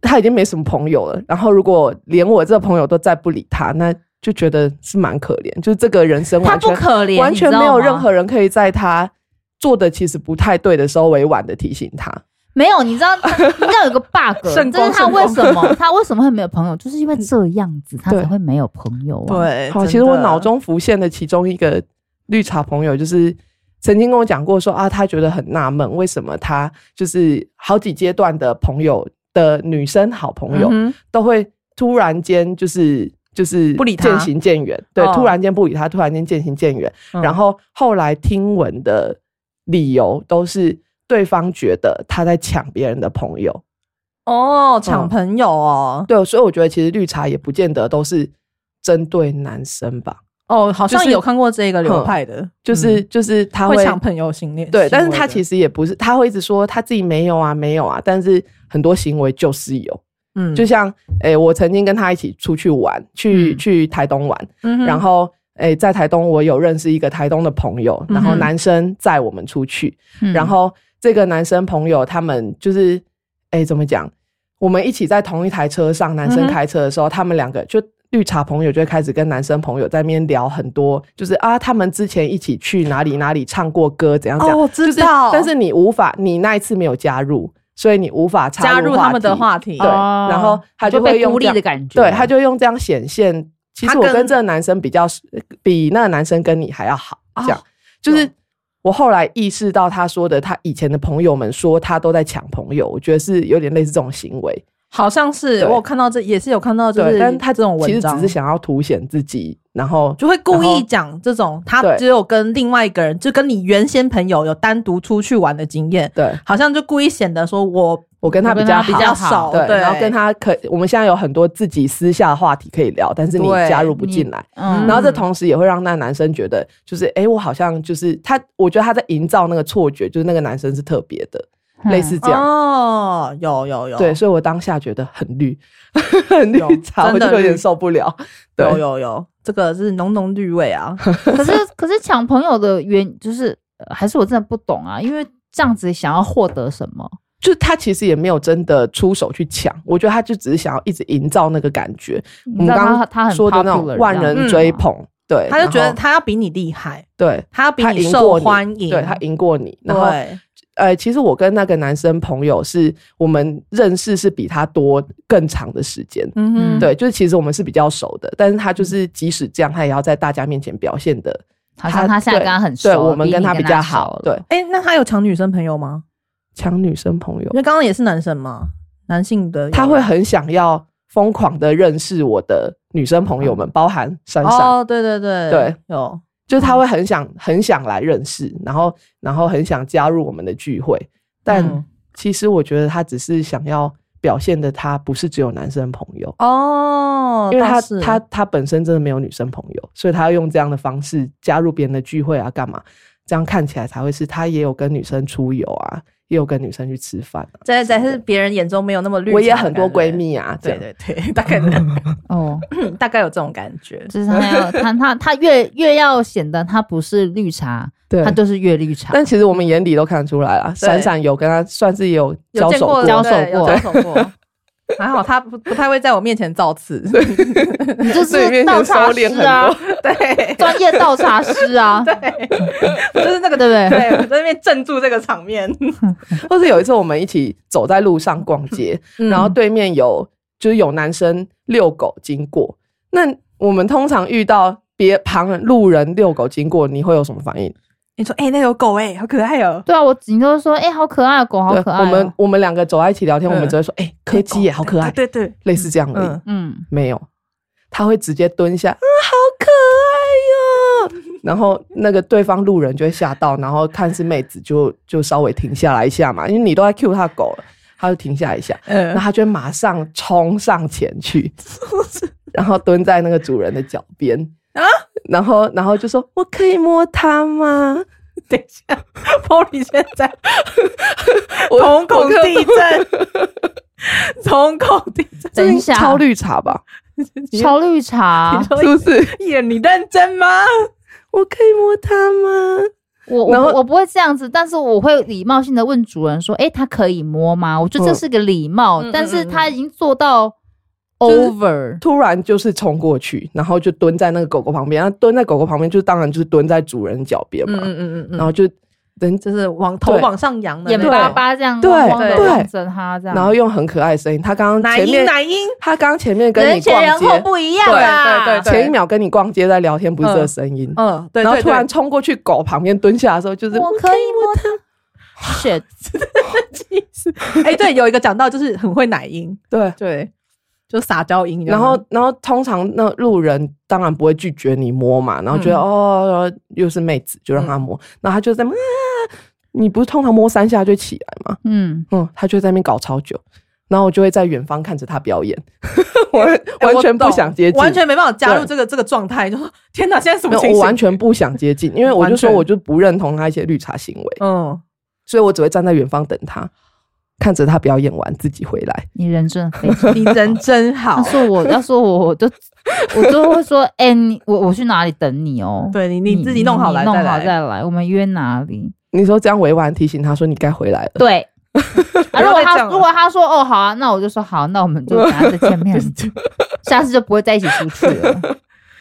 [SPEAKER 3] 他已经没什么朋友了，然后如果连我这朋友都再不理他，那就觉得是蛮可怜，就是这个人生
[SPEAKER 2] 他
[SPEAKER 3] 完
[SPEAKER 2] 不
[SPEAKER 3] 全
[SPEAKER 2] 可怜，
[SPEAKER 3] 完全
[SPEAKER 2] 你知道
[SPEAKER 3] 没有
[SPEAKER 2] 吗
[SPEAKER 3] 任何人可以在他做的其实不太对的时候委婉的提醒他。
[SPEAKER 2] 没有，你知道，你知道有个 bug，这
[SPEAKER 1] 圣
[SPEAKER 2] 是
[SPEAKER 1] 光
[SPEAKER 2] 他为什么他为什么会没有朋友，就是因为这样子他
[SPEAKER 3] 对
[SPEAKER 2] 才会没有朋友啊。，
[SPEAKER 1] 对。
[SPEAKER 3] 好，
[SPEAKER 1] 真
[SPEAKER 3] 其实我
[SPEAKER 1] 的
[SPEAKER 3] 脑中浮现的其中一个绿茶朋友，就是曾经跟我讲过说啊，他觉得很纳闷，为什么他就是好几阶段的朋友的女生好朋友、
[SPEAKER 1] 嗯哼
[SPEAKER 3] 都会突然间就是。就是
[SPEAKER 1] 不理他
[SPEAKER 3] 渐行渐远，对，
[SPEAKER 1] 哦
[SPEAKER 3] 突然间不理他，突然间渐行渐远。
[SPEAKER 1] 嗯
[SPEAKER 3] 然后后来听闻的理由都是对方觉得他在抢别人的朋友，嗯
[SPEAKER 1] 哦，抢朋友哦，
[SPEAKER 3] 对，所以我觉得其实绿茶也不见得都是针对男生吧。
[SPEAKER 1] 哦，好像
[SPEAKER 3] 就是
[SPEAKER 1] 有看过这个流派的，
[SPEAKER 3] 就是、
[SPEAKER 1] 嗯
[SPEAKER 3] 就是他
[SPEAKER 1] 会
[SPEAKER 3] 会
[SPEAKER 1] 抢朋友行列，
[SPEAKER 3] 对，但是他其
[SPEAKER 1] 实
[SPEAKER 3] 实也不是，他会一直说他自己没有啊，没有啊，但是很多行为就是有，
[SPEAKER 1] 嗯
[SPEAKER 3] 就像诶、我曾经跟他一起出去玩，去、
[SPEAKER 2] 嗯
[SPEAKER 3] 去台东玩，
[SPEAKER 1] 嗯哼
[SPEAKER 3] 然后诶、在台东我有认识一个台东的朋友，
[SPEAKER 1] 嗯
[SPEAKER 3] 然后
[SPEAKER 1] 哼
[SPEAKER 3] 男生载我们出去，
[SPEAKER 2] 嗯
[SPEAKER 3] 然后这个男生朋友他们就是，哎，怎么讲？我们一起在同一台车上，男
[SPEAKER 1] 嗯
[SPEAKER 3] 生
[SPEAKER 1] 哼
[SPEAKER 3] 开车的时候，他们两个就绿茶朋友就会开始跟男生朋友在那边聊很多，就是啊，他们之前一起去哪里哪里唱过歌，怎样怎样。
[SPEAKER 1] 哦，我
[SPEAKER 3] 就
[SPEAKER 1] 知
[SPEAKER 3] 是
[SPEAKER 1] 道，
[SPEAKER 3] 但是你无法，你那一次没有加入，所以你无法插
[SPEAKER 1] 加入他们的
[SPEAKER 3] 题
[SPEAKER 1] 话题，
[SPEAKER 3] 对，
[SPEAKER 2] 哦
[SPEAKER 3] 然后他
[SPEAKER 2] 就
[SPEAKER 3] 就会
[SPEAKER 2] 被
[SPEAKER 3] 用
[SPEAKER 2] 孤
[SPEAKER 3] 这
[SPEAKER 2] 立
[SPEAKER 3] 样
[SPEAKER 2] 的感觉，
[SPEAKER 3] 对，他就用这样显现。其实
[SPEAKER 1] 他
[SPEAKER 3] 我
[SPEAKER 1] 跟
[SPEAKER 3] 跟这个男生比较是，比那个男生跟你还要好，
[SPEAKER 1] 哦
[SPEAKER 3] 这样、就是
[SPEAKER 1] 懂
[SPEAKER 3] 我后来意识到他说的，他以前的朋友们说他都在抢朋友，我觉得是有点类似这种行为，
[SPEAKER 1] 好像是
[SPEAKER 3] 对
[SPEAKER 1] 我有看到这也是有看到，就
[SPEAKER 3] 对，
[SPEAKER 1] 是
[SPEAKER 3] 但他
[SPEAKER 1] 这种
[SPEAKER 3] 其
[SPEAKER 1] 文
[SPEAKER 3] 实
[SPEAKER 1] 章
[SPEAKER 3] 只是想要凸显自己，然后
[SPEAKER 1] 就会故
[SPEAKER 3] 然后
[SPEAKER 1] 意讲这种，他
[SPEAKER 3] 对
[SPEAKER 1] 只有跟另外一个人，就跟你原先朋友有单独出去玩的经验，
[SPEAKER 3] 对
[SPEAKER 1] 好像就故意显得说我
[SPEAKER 3] 我跟他比较
[SPEAKER 2] 我
[SPEAKER 3] 好，
[SPEAKER 2] 跟他比较
[SPEAKER 1] 少，
[SPEAKER 3] 对，
[SPEAKER 1] 对，
[SPEAKER 3] 然后跟他可，我们现在有很多自己私下的话题可以聊，但是你
[SPEAKER 1] 对
[SPEAKER 3] 加入不
[SPEAKER 2] 你
[SPEAKER 3] 进来，
[SPEAKER 2] 嗯，
[SPEAKER 3] 然
[SPEAKER 2] 然
[SPEAKER 3] 后
[SPEAKER 2] 后
[SPEAKER 3] 这同时也会让那男生觉得，就是哎、诶我好像就是他，我觉得他在营造那个错觉，就是那个男生是特别的，
[SPEAKER 2] 嗯
[SPEAKER 3] 类似这样。
[SPEAKER 1] 哦，有有有，
[SPEAKER 3] 对，所以我当下觉得很绿， 很绿
[SPEAKER 1] 有
[SPEAKER 3] 茶，我
[SPEAKER 1] 真的
[SPEAKER 3] 就有点
[SPEAKER 1] 绿
[SPEAKER 3] 受不了。对
[SPEAKER 1] 有，有有，这个是浓浓绿味啊，
[SPEAKER 2] 可是可是抢朋友的原就是呃还是我真的不懂啊，因为这样子想要获得什么？
[SPEAKER 3] 就是他其实也没有真的出手去抢，我觉得他就只是想要一直营造那个感觉。我
[SPEAKER 2] 你
[SPEAKER 3] 们
[SPEAKER 2] 知道
[SPEAKER 3] 刚
[SPEAKER 2] 他他
[SPEAKER 3] 刚
[SPEAKER 2] 很
[SPEAKER 3] 说的那
[SPEAKER 2] popular
[SPEAKER 3] 种万
[SPEAKER 2] 这样
[SPEAKER 3] 人
[SPEAKER 1] 嗯
[SPEAKER 3] 追捧，对，
[SPEAKER 1] 他就觉得
[SPEAKER 3] 然后
[SPEAKER 1] 他要比你厉害，
[SPEAKER 3] 对。
[SPEAKER 1] 他要比
[SPEAKER 3] 他赢
[SPEAKER 1] 受
[SPEAKER 3] 过
[SPEAKER 1] 欢迎，
[SPEAKER 3] 对他赢过你。然后，
[SPEAKER 1] 对，
[SPEAKER 3] 呃，其实我跟那个男生朋友是我们认识是比他多更长的时间，
[SPEAKER 1] 嗯哼，
[SPEAKER 2] 嗯
[SPEAKER 3] 对，就是其实我们是比较熟的，但是他就是即使这样，他也要在大家面前表现的，
[SPEAKER 2] 好像他现在
[SPEAKER 3] 对
[SPEAKER 2] 跟他很熟，
[SPEAKER 3] 对我们
[SPEAKER 2] 比
[SPEAKER 3] 跟
[SPEAKER 2] 你
[SPEAKER 3] 他比较
[SPEAKER 2] 熟
[SPEAKER 3] 好
[SPEAKER 2] 了，
[SPEAKER 3] 对，
[SPEAKER 1] 哎，那他有抢女生朋友吗？
[SPEAKER 3] 抢女生朋友
[SPEAKER 1] 因，为刚刚也是男生嘛，男性的有
[SPEAKER 3] 他会很想要疯狂的认识我的女生朋友
[SPEAKER 2] 嗯
[SPEAKER 3] 们，包含珊珊，
[SPEAKER 1] 哦，对对对
[SPEAKER 3] 对，
[SPEAKER 1] 有
[SPEAKER 3] 就是他会很想很想来认识，然后然后很想加入我们的聚会，但
[SPEAKER 1] 嗯
[SPEAKER 3] 其实我觉得他只是想要表现的，他不是只有男生朋友。
[SPEAKER 1] 哦，
[SPEAKER 3] 因为他
[SPEAKER 1] 倒是
[SPEAKER 3] 他他本身真的没有女生朋友，所以他要用这样的方式加入别人的聚会啊，干嘛？这样看起来才会是他也有跟女生出游啊，也有跟女生去吃饭啊。
[SPEAKER 1] 在在是别人眼中没有那么绿。
[SPEAKER 3] 我也很多闺，蜜啊，
[SPEAKER 1] 对
[SPEAKER 3] 这样
[SPEAKER 1] 对对，大概
[SPEAKER 2] 哦，
[SPEAKER 1] 大概有这种感 觉。
[SPEAKER 2] 就是他要他他他越越要显得他不是绿茶，
[SPEAKER 3] 对
[SPEAKER 2] 他就是越绿 茶。
[SPEAKER 3] 但其实我们眼里都看得出来啊，
[SPEAKER 1] 对
[SPEAKER 3] 闪闪有跟他算是也有
[SPEAKER 1] 有
[SPEAKER 3] 交
[SPEAKER 1] 见
[SPEAKER 3] 手
[SPEAKER 1] 过，
[SPEAKER 3] 过，
[SPEAKER 2] 交
[SPEAKER 1] 对
[SPEAKER 2] 手
[SPEAKER 1] 有
[SPEAKER 2] 过
[SPEAKER 1] 交手过。 还好他不不太会在我面前造次，
[SPEAKER 2] 你就
[SPEAKER 3] 所以
[SPEAKER 2] 是
[SPEAKER 3] 面
[SPEAKER 2] 倒
[SPEAKER 3] 前收
[SPEAKER 2] 茶
[SPEAKER 3] 敛
[SPEAKER 2] 师
[SPEAKER 3] 很
[SPEAKER 2] 啊，
[SPEAKER 3] 多。
[SPEAKER 1] 对
[SPEAKER 2] 专业倒茶师 啊，
[SPEAKER 1] 对， 就是那个
[SPEAKER 2] 对不对
[SPEAKER 1] 对，我在那边镇住这个场面，
[SPEAKER 3] 或是有一次我们一起走在路上逛街，
[SPEAKER 1] 嗯
[SPEAKER 3] 然后对面有就是有男生遛狗经过，那我们通常遇到别旁人路人遛狗经过，你会有什么反应？
[SPEAKER 1] 你说哎，那有狗哎，好可爱哦，
[SPEAKER 2] 对啊，我你就说，哎、好可爱的狗，好可爱哦、
[SPEAKER 3] 我们我们两个走在一起聊天，
[SPEAKER 1] 嗯
[SPEAKER 3] 我们只会说，哎、柯基也好可爱，
[SPEAKER 1] 对对，对
[SPEAKER 3] 类似这样的、
[SPEAKER 1] 嗯，
[SPEAKER 2] 嗯，
[SPEAKER 3] 没有，他会直接蹲下，啊， 好可爱哟、然后那个对方路人就会吓到，然后看是妹子就就稍微停下来一下嘛，因为你都在 cue 他狗了，他就停下来一下，
[SPEAKER 1] 嗯
[SPEAKER 3] 然后他就会马上冲上前 去，然后蹲在那个主人的脚边
[SPEAKER 1] 啊
[SPEAKER 3] 啊，然后然后就说：“我可以摸它吗
[SPEAKER 1] 等一下，Polly 现在
[SPEAKER 3] 我
[SPEAKER 1] 瞳
[SPEAKER 3] 我
[SPEAKER 1] 孔
[SPEAKER 3] 看
[SPEAKER 1] 地震， 瞳孔地震？”
[SPEAKER 2] 等一下，啊
[SPEAKER 3] 超绿茶吧，
[SPEAKER 2] 超绿 茶
[SPEAKER 1] 你，说
[SPEAKER 3] 是不是？
[SPEAKER 1] 耶，你认真吗？
[SPEAKER 3] 我可以摸它吗？
[SPEAKER 2] 我
[SPEAKER 3] 然后
[SPEAKER 2] 我我不会这样子，但是我会礼貌性的问主人说，哎、它可以摸吗？我觉得这
[SPEAKER 3] 嗯
[SPEAKER 2] 是个礼貌，
[SPEAKER 1] 嗯嗯
[SPEAKER 2] 但是
[SPEAKER 1] 嗯
[SPEAKER 2] 他已经做到
[SPEAKER 3] 就是
[SPEAKER 2] over，、
[SPEAKER 3] 突然就是冲过去，然后就蹲在那个狗狗旁边，然后蹲在狗狗旁边，就是当然就是蹲在主人脚边嘛，
[SPEAKER 1] 嗯
[SPEAKER 3] 然后就人，
[SPEAKER 1] 就是往头
[SPEAKER 3] 对
[SPEAKER 1] 往上扬的
[SPEAKER 2] 眼
[SPEAKER 1] 那种，
[SPEAKER 2] 巴巴这样
[SPEAKER 3] 对
[SPEAKER 2] 汪汪的
[SPEAKER 1] 对
[SPEAKER 2] 望着他这样，
[SPEAKER 3] 然后用很可爱的声音。他刚刚
[SPEAKER 1] 奶
[SPEAKER 3] 前
[SPEAKER 1] 音
[SPEAKER 3] 面，
[SPEAKER 1] 奶音，
[SPEAKER 3] 他刚刚前面跟
[SPEAKER 2] 人
[SPEAKER 3] 你
[SPEAKER 2] 前人
[SPEAKER 3] 逛
[SPEAKER 2] 后
[SPEAKER 3] 街，
[SPEAKER 2] 不一样啊
[SPEAKER 1] 对
[SPEAKER 2] 啦，
[SPEAKER 1] 对对
[SPEAKER 3] 前一秒跟你逛街在聊天，不是这个声音。
[SPEAKER 1] 嗯，对，
[SPEAKER 3] 然后
[SPEAKER 1] 对
[SPEAKER 3] 突然冲过去狗旁边蹲下的时候，就是
[SPEAKER 2] 我可以摸它。shit，
[SPEAKER 1] 对哎，对，有一个讲到就是很会奶音，
[SPEAKER 3] 对，
[SPEAKER 1] 对，就撒娇音，
[SPEAKER 3] 然后然后通常那路人当然不会拒绝你摸嘛，然后
[SPEAKER 1] 嗯
[SPEAKER 3] 觉得、哦又是妹子，就让她摸，然后她就在那边啊，你不是通常摸三下就起来吗？
[SPEAKER 2] 嗯，
[SPEAKER 3] 嗯，他就在那边搞超久，然后我就会在远方看着他表演，我
[SPEAKER 1] 哎
[SPEAKER 3] 完全
[SPEAKER 1] 我懂
[SPEAKER 3] 不想接近，
[SPEAKER 1] 完全没办法加入
[SPEAKER 3] 对
[SPEAKER 1] 这个这个状态，就说天哪，现在什
[SPEAKER 3] 没
[SPEAKER 1] 么
[SPEAKER 3] 有，
[SPEAKER 1] 情
[SPEAKER 3] 我完
[SPEAKER 1] 形？
[SPEAKER 3] 全不想接近，因为我就说
[SPEAKER 1] 完全
[SPEAKER 3] 我就不认同他一些绿茶行为，
[SPEAKER 1] 嗯，
[SPEAKER 3] 所以我只会站在远方等他，看着他表演完自己回来。
[SPEAKER 2] 你人真的非常
[SPEAKER 1] 你人真 好
[SPEAKER 2] 要，是我，要是我，我就我就会说，哎、你我我去哪里等你哦？
[SPEAKER 1] 对你你自己弄好来
[SPEAKER 2] 你弄
[SPEAKER 1] 再
[SPEAKER 2] 好
[SPEAKER 1] 来，
[SPEAKER 2] 再来，我们约哪里？
[SPEAKER 3] 你说这样委婉提醒他说你该回来了，
[SPEAKER 2] 对。啊、
[SPEAKER 1] 不
[SPEAKER 2] 如
[SPEAKER 1] 要
[SPEAKER 2] 果
[SPEAKER 1] 再
[SPEAKER 2] 他
[SPEAKER 1] 这样了
[SPEAKER 2] 如果他说哦好啊，那我就说好，那我们就等下再见 面，下次就不会在一起出去了。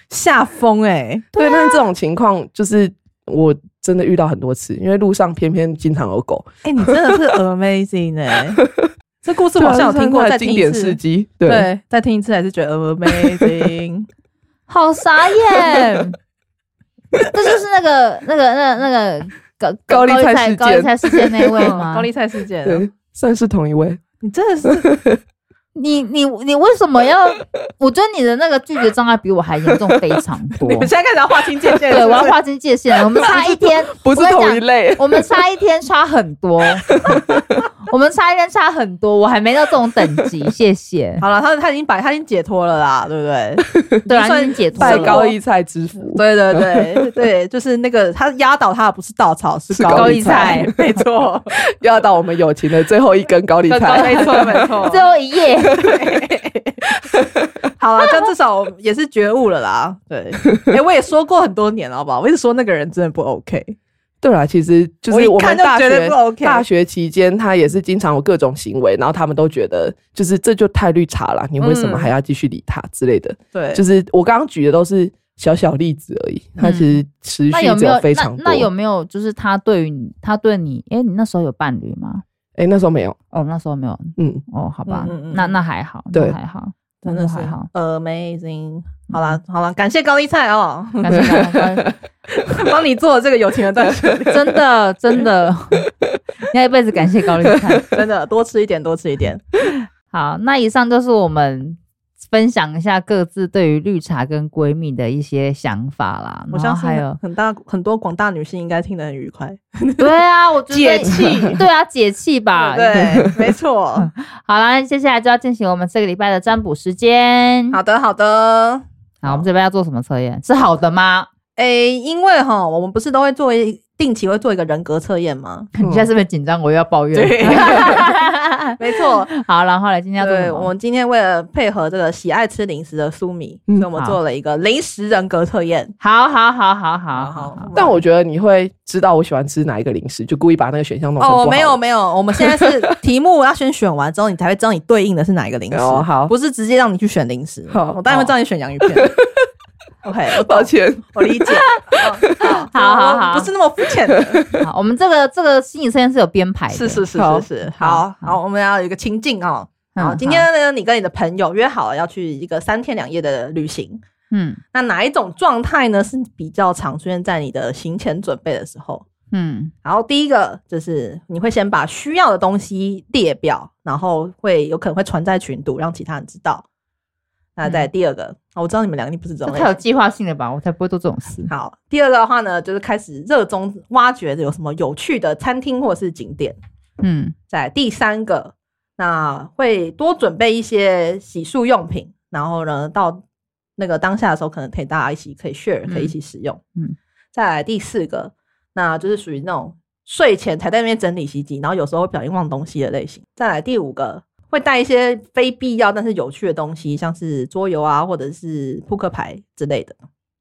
[SPEAKER 1] 吓疯 哎，
[SPEAKER 3] 对，但是这种情况就是我真的遇到很多次，因为路上偏偏经常有狗，
[SPEAKER 1] 哎，你真的是 amazing 哎， 这故事我好像有听过，
[SPEAKER 3] 这
[SPEAKER 1] 再
[SPEAKER 3] 啊是
[SPEAKER 1] 听
[SPEAKER 3] 经
[SPEAKER 1] 一
[SPEAKER 3] 典事
[SPEAKER 1] 次，
[SPEAKER 3] 迹，对，
[SPEAKER 1] 对，再听一次还是觉 得 amazing，
[SPEAKER 2] 好傻眼，这就是那个那个那那个高
[SPEAKER 3] 高
[SPEAKER 2] 丽
[SPEAKER 3] 丽菜事件
[SPEAKER 2] 高丽菜事件那 位吗？
[SPEAKER 1] 高丽菜事件，啊
[SPEAKER 3] 对，算是同一位。
[SPEAKER 1] 你真的是
[SPEAKER 2] 你你你为什么要？我觉得你的那个拒绝障碍比我还严重非常多
[SPEAKER 1] 你。们现在开始要划清界限了，是
[SPEAKER 2] 对，我
[SPEAKER 1] 不是
[SPEAKER 2] 要划清界限了。我们差一天，
[SPEAKER 3] 不是
[SPEAKER 2] 我跟你讲
[SPEAKER 3] 同一类，
[SPEAKER 2] 我们差一天差很 多，我们差一天差很多，我还没到这种等级，谢谢。
[SPEAKER 1] 好了，他他已经把他已经解脱了啦，对不对？
[SPEAKER 2] 对啊，
[SPEAKER 1] 算
[SPEAKER 2] 你已经解脱
[SPEAKER 3] 拜
[SPEAKER 2] 了。
[SPEAKER 3] 高丽菜之福，
[SPEAKER 1] 对对对对，就是那个他压倒他的不是稻草，是
[SPEAKER 3] 是
[SPEAKER 1] 高
[SPEAKER 3] 高
[SPEAKER 1] 丽
[SPEAKER 3] 丽菜
[SPEAKER 1] 菜，没错，
[SPEAKER 3] 要到我们友情的最后一根 高丽菜。
[SPEAKER 1] 没错没 错
[SPEAKER 2] 最后一页，
[SPEAKER 1] 好了，这样至少我也是觉悟了啦。 对，哎、我也说过很多年了，好不好？我一直说那个人真的不 OK。
[SPEAKER 3] 对啦，其实就
[SPEAKER 1] 我一
[SPEAKER 3] 是我
[SPEAKER 1] 看
[SPEAKER 3] 们
[SPEAKER 1] 就
[SPEAKER 3] 大
[SPEAKER 1] 觉得
[SPEAKER 3] 学
[SPEAKER 1] 不 OK
[SPEAKER 3] 大学期间，他也是经常有各种行为，然后他们都觉得就是这就太绿茶了，你为什么
[SPEAKER 1] 嗯
[SPEAKER 3] 还要继续理他之类的？
[SPEAKER 1] 对，
[SPEAKER 3] 就是是我刚刚举的都是小小例子而已，他其实持
[SPEAKER 2] 那
[SPEAKER 3] 续
[SPEAKER 2] 有没
[SPEAKER 3] 只
[SPEAKER 2] 有
[SPEAKER 3] 非常
[SPEAKER 2] 那
[SPEAKER 3] 多。
[SPEAKER 2] 那有没有就是他对于你，他对你，哎、你那时候有伴侣吗？
[SPEAKER 3] 哎，那时候没有，
[SPEAKER 2] 哦，那时候没有。
[SPEAKER 3] 嗯，
[SPEAKER 2] 哦，好吧，
[SPEAKER 1] 嗯嗯嗯
[SPEAKER 2] 那那还好，
[SPEAKER 3] 对
[SPEAKER 2] 那还好，
[SPEAKER 1] 真的
[SPEAKER 2] 那
[SPEAKER 1] 是嗯
[SPEAKER 2] 还好。
[SPEAKER 1] amazing。好啦好啦，感谢高丽菜 哦，
[SPEAKER 2] 感谢感谢感谢
[SPEAKER 1] 帮你做了这个友情的断 舍离，
[SPEAKER 2] 真的真的， 你要一辈子感谢高丽 菜。
[SPEAKER 1] 真的多吃一点，多吃一点。
[SPEAKER 2] 好，那以上就是我们分享一下各自对于绿茶跟闺蜜的一些想法啦。
[SPEAKER 1] 我
[SPEAKER 2] 然
[SPEAKER 1] 相
[SPEAKER 2] 后
[SPEAKER 1] 信
[SPEAKER 2] 还
[SPEAKER 1] ，
[SPEAKER 2] 有
[SPEAKER 1] 很大很多广大女性应该听得很愉快。
[SPEAKER 2] 对啊，我觉得
[SPEAKER 1] 解气
[SPEAKER 2] 对啊，解气 吧。
[SPEAKER 1] 对，没 错。
[SPEAKER 2] 好啦，接下来就要进行我们这个礼拜的占卜时间。
[SPEAKER 1] 好的好的。
[SPEAKER 2] 好，我们这边要做什么测验？是好的吗？
[SPEAKER 1] 诶、因为哈，我们不是都会做一定期会做一个人格测验 吗？
[SPEAKER 2] 你现在是不是紧张？我又要抱怨。
[SPEAKER 3] 对
[SPEAKER 1] 没错，
[SPEAKER 2] 好，然后来今天要做
[SPEAKER 1] 对，
[SPEAKER 2] 什
[SPEAKER 1] 我
[SPEAKER 2] 么？
[SPEAKER 1] 们今天为了配合这个喜爱吃零食的苏米，
[SPEAKER 3] 嗯
[SPEAKER 1] 所以我们
[SPEAKER 2] 好
[SPEAKER 1] 做了一个零食人格测验。
[SPEAKER 2] 好好好好好好好，
[SPEAKER 3] 但我觉得你会知道我喜欢吃哪一个零食，就故意把那个选项弄成不好
[SPEAKER 1] 哦，没有没有，我们现在 是题目要先选完之后，你才会知道你对应的是哪一个零食。
[SPEAKER 3] 哦好
[SPEAKER 1] 不是直接让你去选零食。
[SPEAKER 3] 好
[SPEAKER 1] 我当然会让你选洋芋片。OK，我懂
[SPEAKER 3] 抱，歉，
[SPEAKER 1] 我理解。哦
[SPEAKER 2] 好好
[SPEAKER 1] 我
[SPEAKER 2] 好
[SPEAKER 1] 不是那么肤浅的。
[SPEAKER 2] 好，我们这个这个心理测 验是有编排的，
[SPEAKER 1] 是是是
[SPEAKER 3] 好
[SPEAKER 1] 是是，好好，我们要有一个情境哦。
[SPEAKER 2] 嗯
[SPEAKER 1] 好，今天呢，你跟你的朋友约好了要去一个三天两夜的旅行。
[SPEAKER 2] 嗯
[SPEAKER 1] 那哪一种状态呢是比较常出现在你的行前准备的时候？
[SPEAKER 2] 嗯
[SPEAKER 1] 然后第一个就是你会先把需要的东西列表，然后会有可能会传在群组，让其他人知道。那再第二个，哦我知道你们两个你不是这
[SPEAKER 2] 这
[SPEAKER 1] 种类
[SPEAKER 2] 太有
[SPEAKER 1] 型。
[SPEAKER 2] 计划性了吧？我才不会做这种事。
[SPEAKER 1] 好，第二个的话呢，就是开始热衷挖掘有什么有趣的餐厅或者是景点。
[SPEAKER 2] 嗯
[SPEAKER 1] 在第三个，那会多准备一些洗漱用品，然后呢，到那个当下的时候，可能可以大家一起可以 share，
[SPEAKER 2] 嗯
[SPEAKER 1] 可以一起使用。
[SPEAKER 2] 嗯，
[SPEAKER 1] 再来第四个，那就是属于那种睡前才在那边整理洗衣机，然后有时候会不小心忘东西的类型。再来第五个，会带一些非必要但是有趣的东西，像是桌游啊，或者是扑克牌之类的。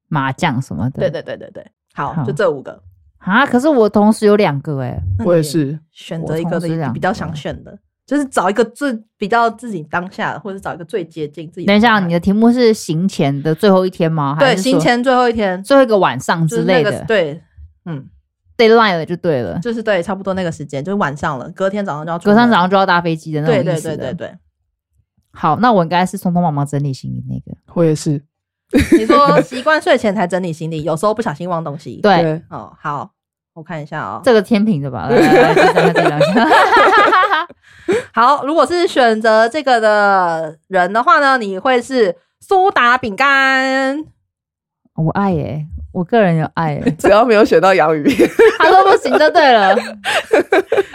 [SPEAKER 2] 麻将什么的。
[SPEAKER 1] 对对对对对，好，
[SPEAKER 2] 好
[SPEAKER 1] 就这五个。
[SPEAKER 2] 啊，可是我同时有两个哎、
[SPEAKER 1] 那你
[SPEAKER 3] 我也是。
[SPEAKER 1] 选
[SPEAKER 2] 我
[SPEAKER 1] 择一
[SPEAKER 2] 同
[SPEAKER 1] 个
[SPEAKER 2] 时
[SPEAKER 1] 你
[SPEAKER 2] 两
[SPEAKER 1] 比较
[SPEAKER 2] 个
[SPEAKER 1] 想选的，就是找一个最比较自己当下的，或者找一个最接近自己的状
[SPEAKER 2] 等一
[SPEAKER 1] 态。
[SPEAKER 2] 下，你的题目是行前的最后一天吗？还
[SPEAKER 1] 对
[SPEAKER 2] 是
[SPEAKER 1] 行
[SPEAKER 2] 说
[SPEAKER 1] 前最后一天
[SPEAKER 2] 最后一个晚上
[SPEAKER 1] 就是
[SPEAKER 2] 之
[SPEAKER 1] 那
[SPEAKER 2] 类
[SPEAKER 1] 个
[SPEAKER 2] 的
[SPEAKER 1] 对，嗯，
[SPEAKER 2] ，deadline 了就对了。
[SPEAKER 1] 就是对，差不多那个时间，就是晚上了，隔天早上就要出
[SPEAKER 2] 隔天
[SPEAKER 1] 门
[SPEAKER 2] 早上就要搭飞机的那种
[SPEAKER 1] 对
[SPEAKER 2] 意思
[SPEAKER 1] 对
[SPEAKER 2] 的
[SPEAKER 1] 对对对，
[SPEAKER 2] 好，那我应该是匆匆忙忙整理行李那个。
[SPEAKER 3] 我也是，
[SPEAKER 1] 你说习惯睡前才整理行李，有时候不小心忘东西。，
[SPEAKER 2] 对，
[SPEAKER 3] 对，
[SPEAKER 1] 哦，好，我看一下哦。
[SPEAKER 2] 这个天平的吧？来来来，再聊再聊一下。
[SPEAKER 1] 好，如果是选择这个的人的话呢，你会是苏打饼干。
[SPEAKER 2] 我爱耶、我个人有爱耶、
[SPEAKER 3] 只要没有选到洋芋片，
[SPEAKER 2] 他说不行就对了，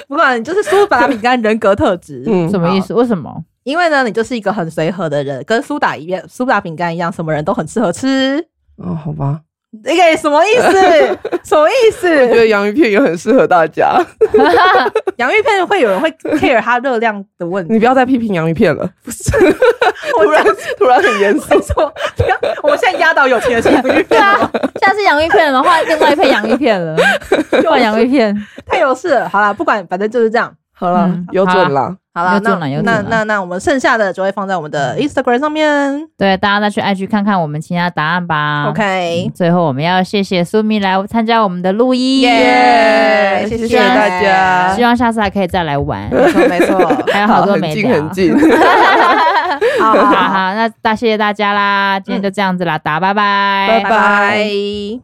[SPEAKER 1] 不管你就是苏打饼干人格特质，
[SPEAKER 3] 嗯
[SPEAKER 2] 什么意思？为什么？
[SPEAKER 1] 因为呢，你就是一个很随和的人，跟苏打一样，苏打饼干一样，什么人都很适合吃。
[SPEAKER 3] 哦，好吧，
[SPEAKER 1] 那个什么意思？什么意
[SPEAKER 3] 我觉
[SPEAKER 1] 思？
[SPEAKER 3] 得洋芋片也很适合大家。
[SPEAKER 1] 洋芋片会有人会 care 它热量的问题。
[SPEAKER 3] 你不要再批评洋芋片了，
[SPEAKER 1] 我
[SPEAKER 3] 突然突然很严肃。
[SPEAKER 1] 为什么？我们现在压倒有钱的是洋芋
[SPEAKER 2] 对
[SPEAKER 1] 片
[SPEAKER 2] 啊
[SPEAKER 1] 了吗，，
[SPEAKER 2] 下次洋芋片的话，另外一片洋芋片了，换洋芋片。
[SPEAKER 1] 太有事了。好啦，不管，反正就是这样。
[SPEAKER 3] 好了
[SPEAKER 2] 嗯，
[SPEAKER 3] 有准啦，
[SPEAKER 1] 好啦，
[SPEAKER 2] 又中
[SPEAKER 1] 那
[SPEAKER 2] 了又
[SPEAKER 1] 那
[SPEAKER 2] 中
[SPEAKER 1] 那
[SPEAKER 2] 了
[SPEAKER 1] 那那我们剩下的就会放在我们的 Instagram 上面。
[SPEAKER 2] 对，大家再去 IG 看看我们其他答案吧。
[SPEAKER 1] OK，
[SPEAKER 2] 最后我们要谢谢苏咪来参加我们的录音
[SPEAKER 1] 耶，
[SPEAKER 3] 谢
[SPEAKER 1] 谢
[SPEAKER 3] 谢大家
[SPEAKER 2] 希望下次还可以再来玩，
[SPEAKER 1] 没错没错，
[SPEAKER 2] 还有
[SPEAKER 3] 好，
[SPEAKER 2] 好多
[SPEAKER 3] 很
[SPEAKER 2] 没
[SPEAKER 3] 近
[SPEAKER 2] 聊。
[SPEAKER 3] 很近，
[SPEAKER 1] 好好
[SPEAKER 2] 好
[SPEAKER 1] 好，
[SPEAKER 2] 好，那大谢谢大家啦，今天就这样子啦，打拜拜，
[SPEAKER 1] 拜拜。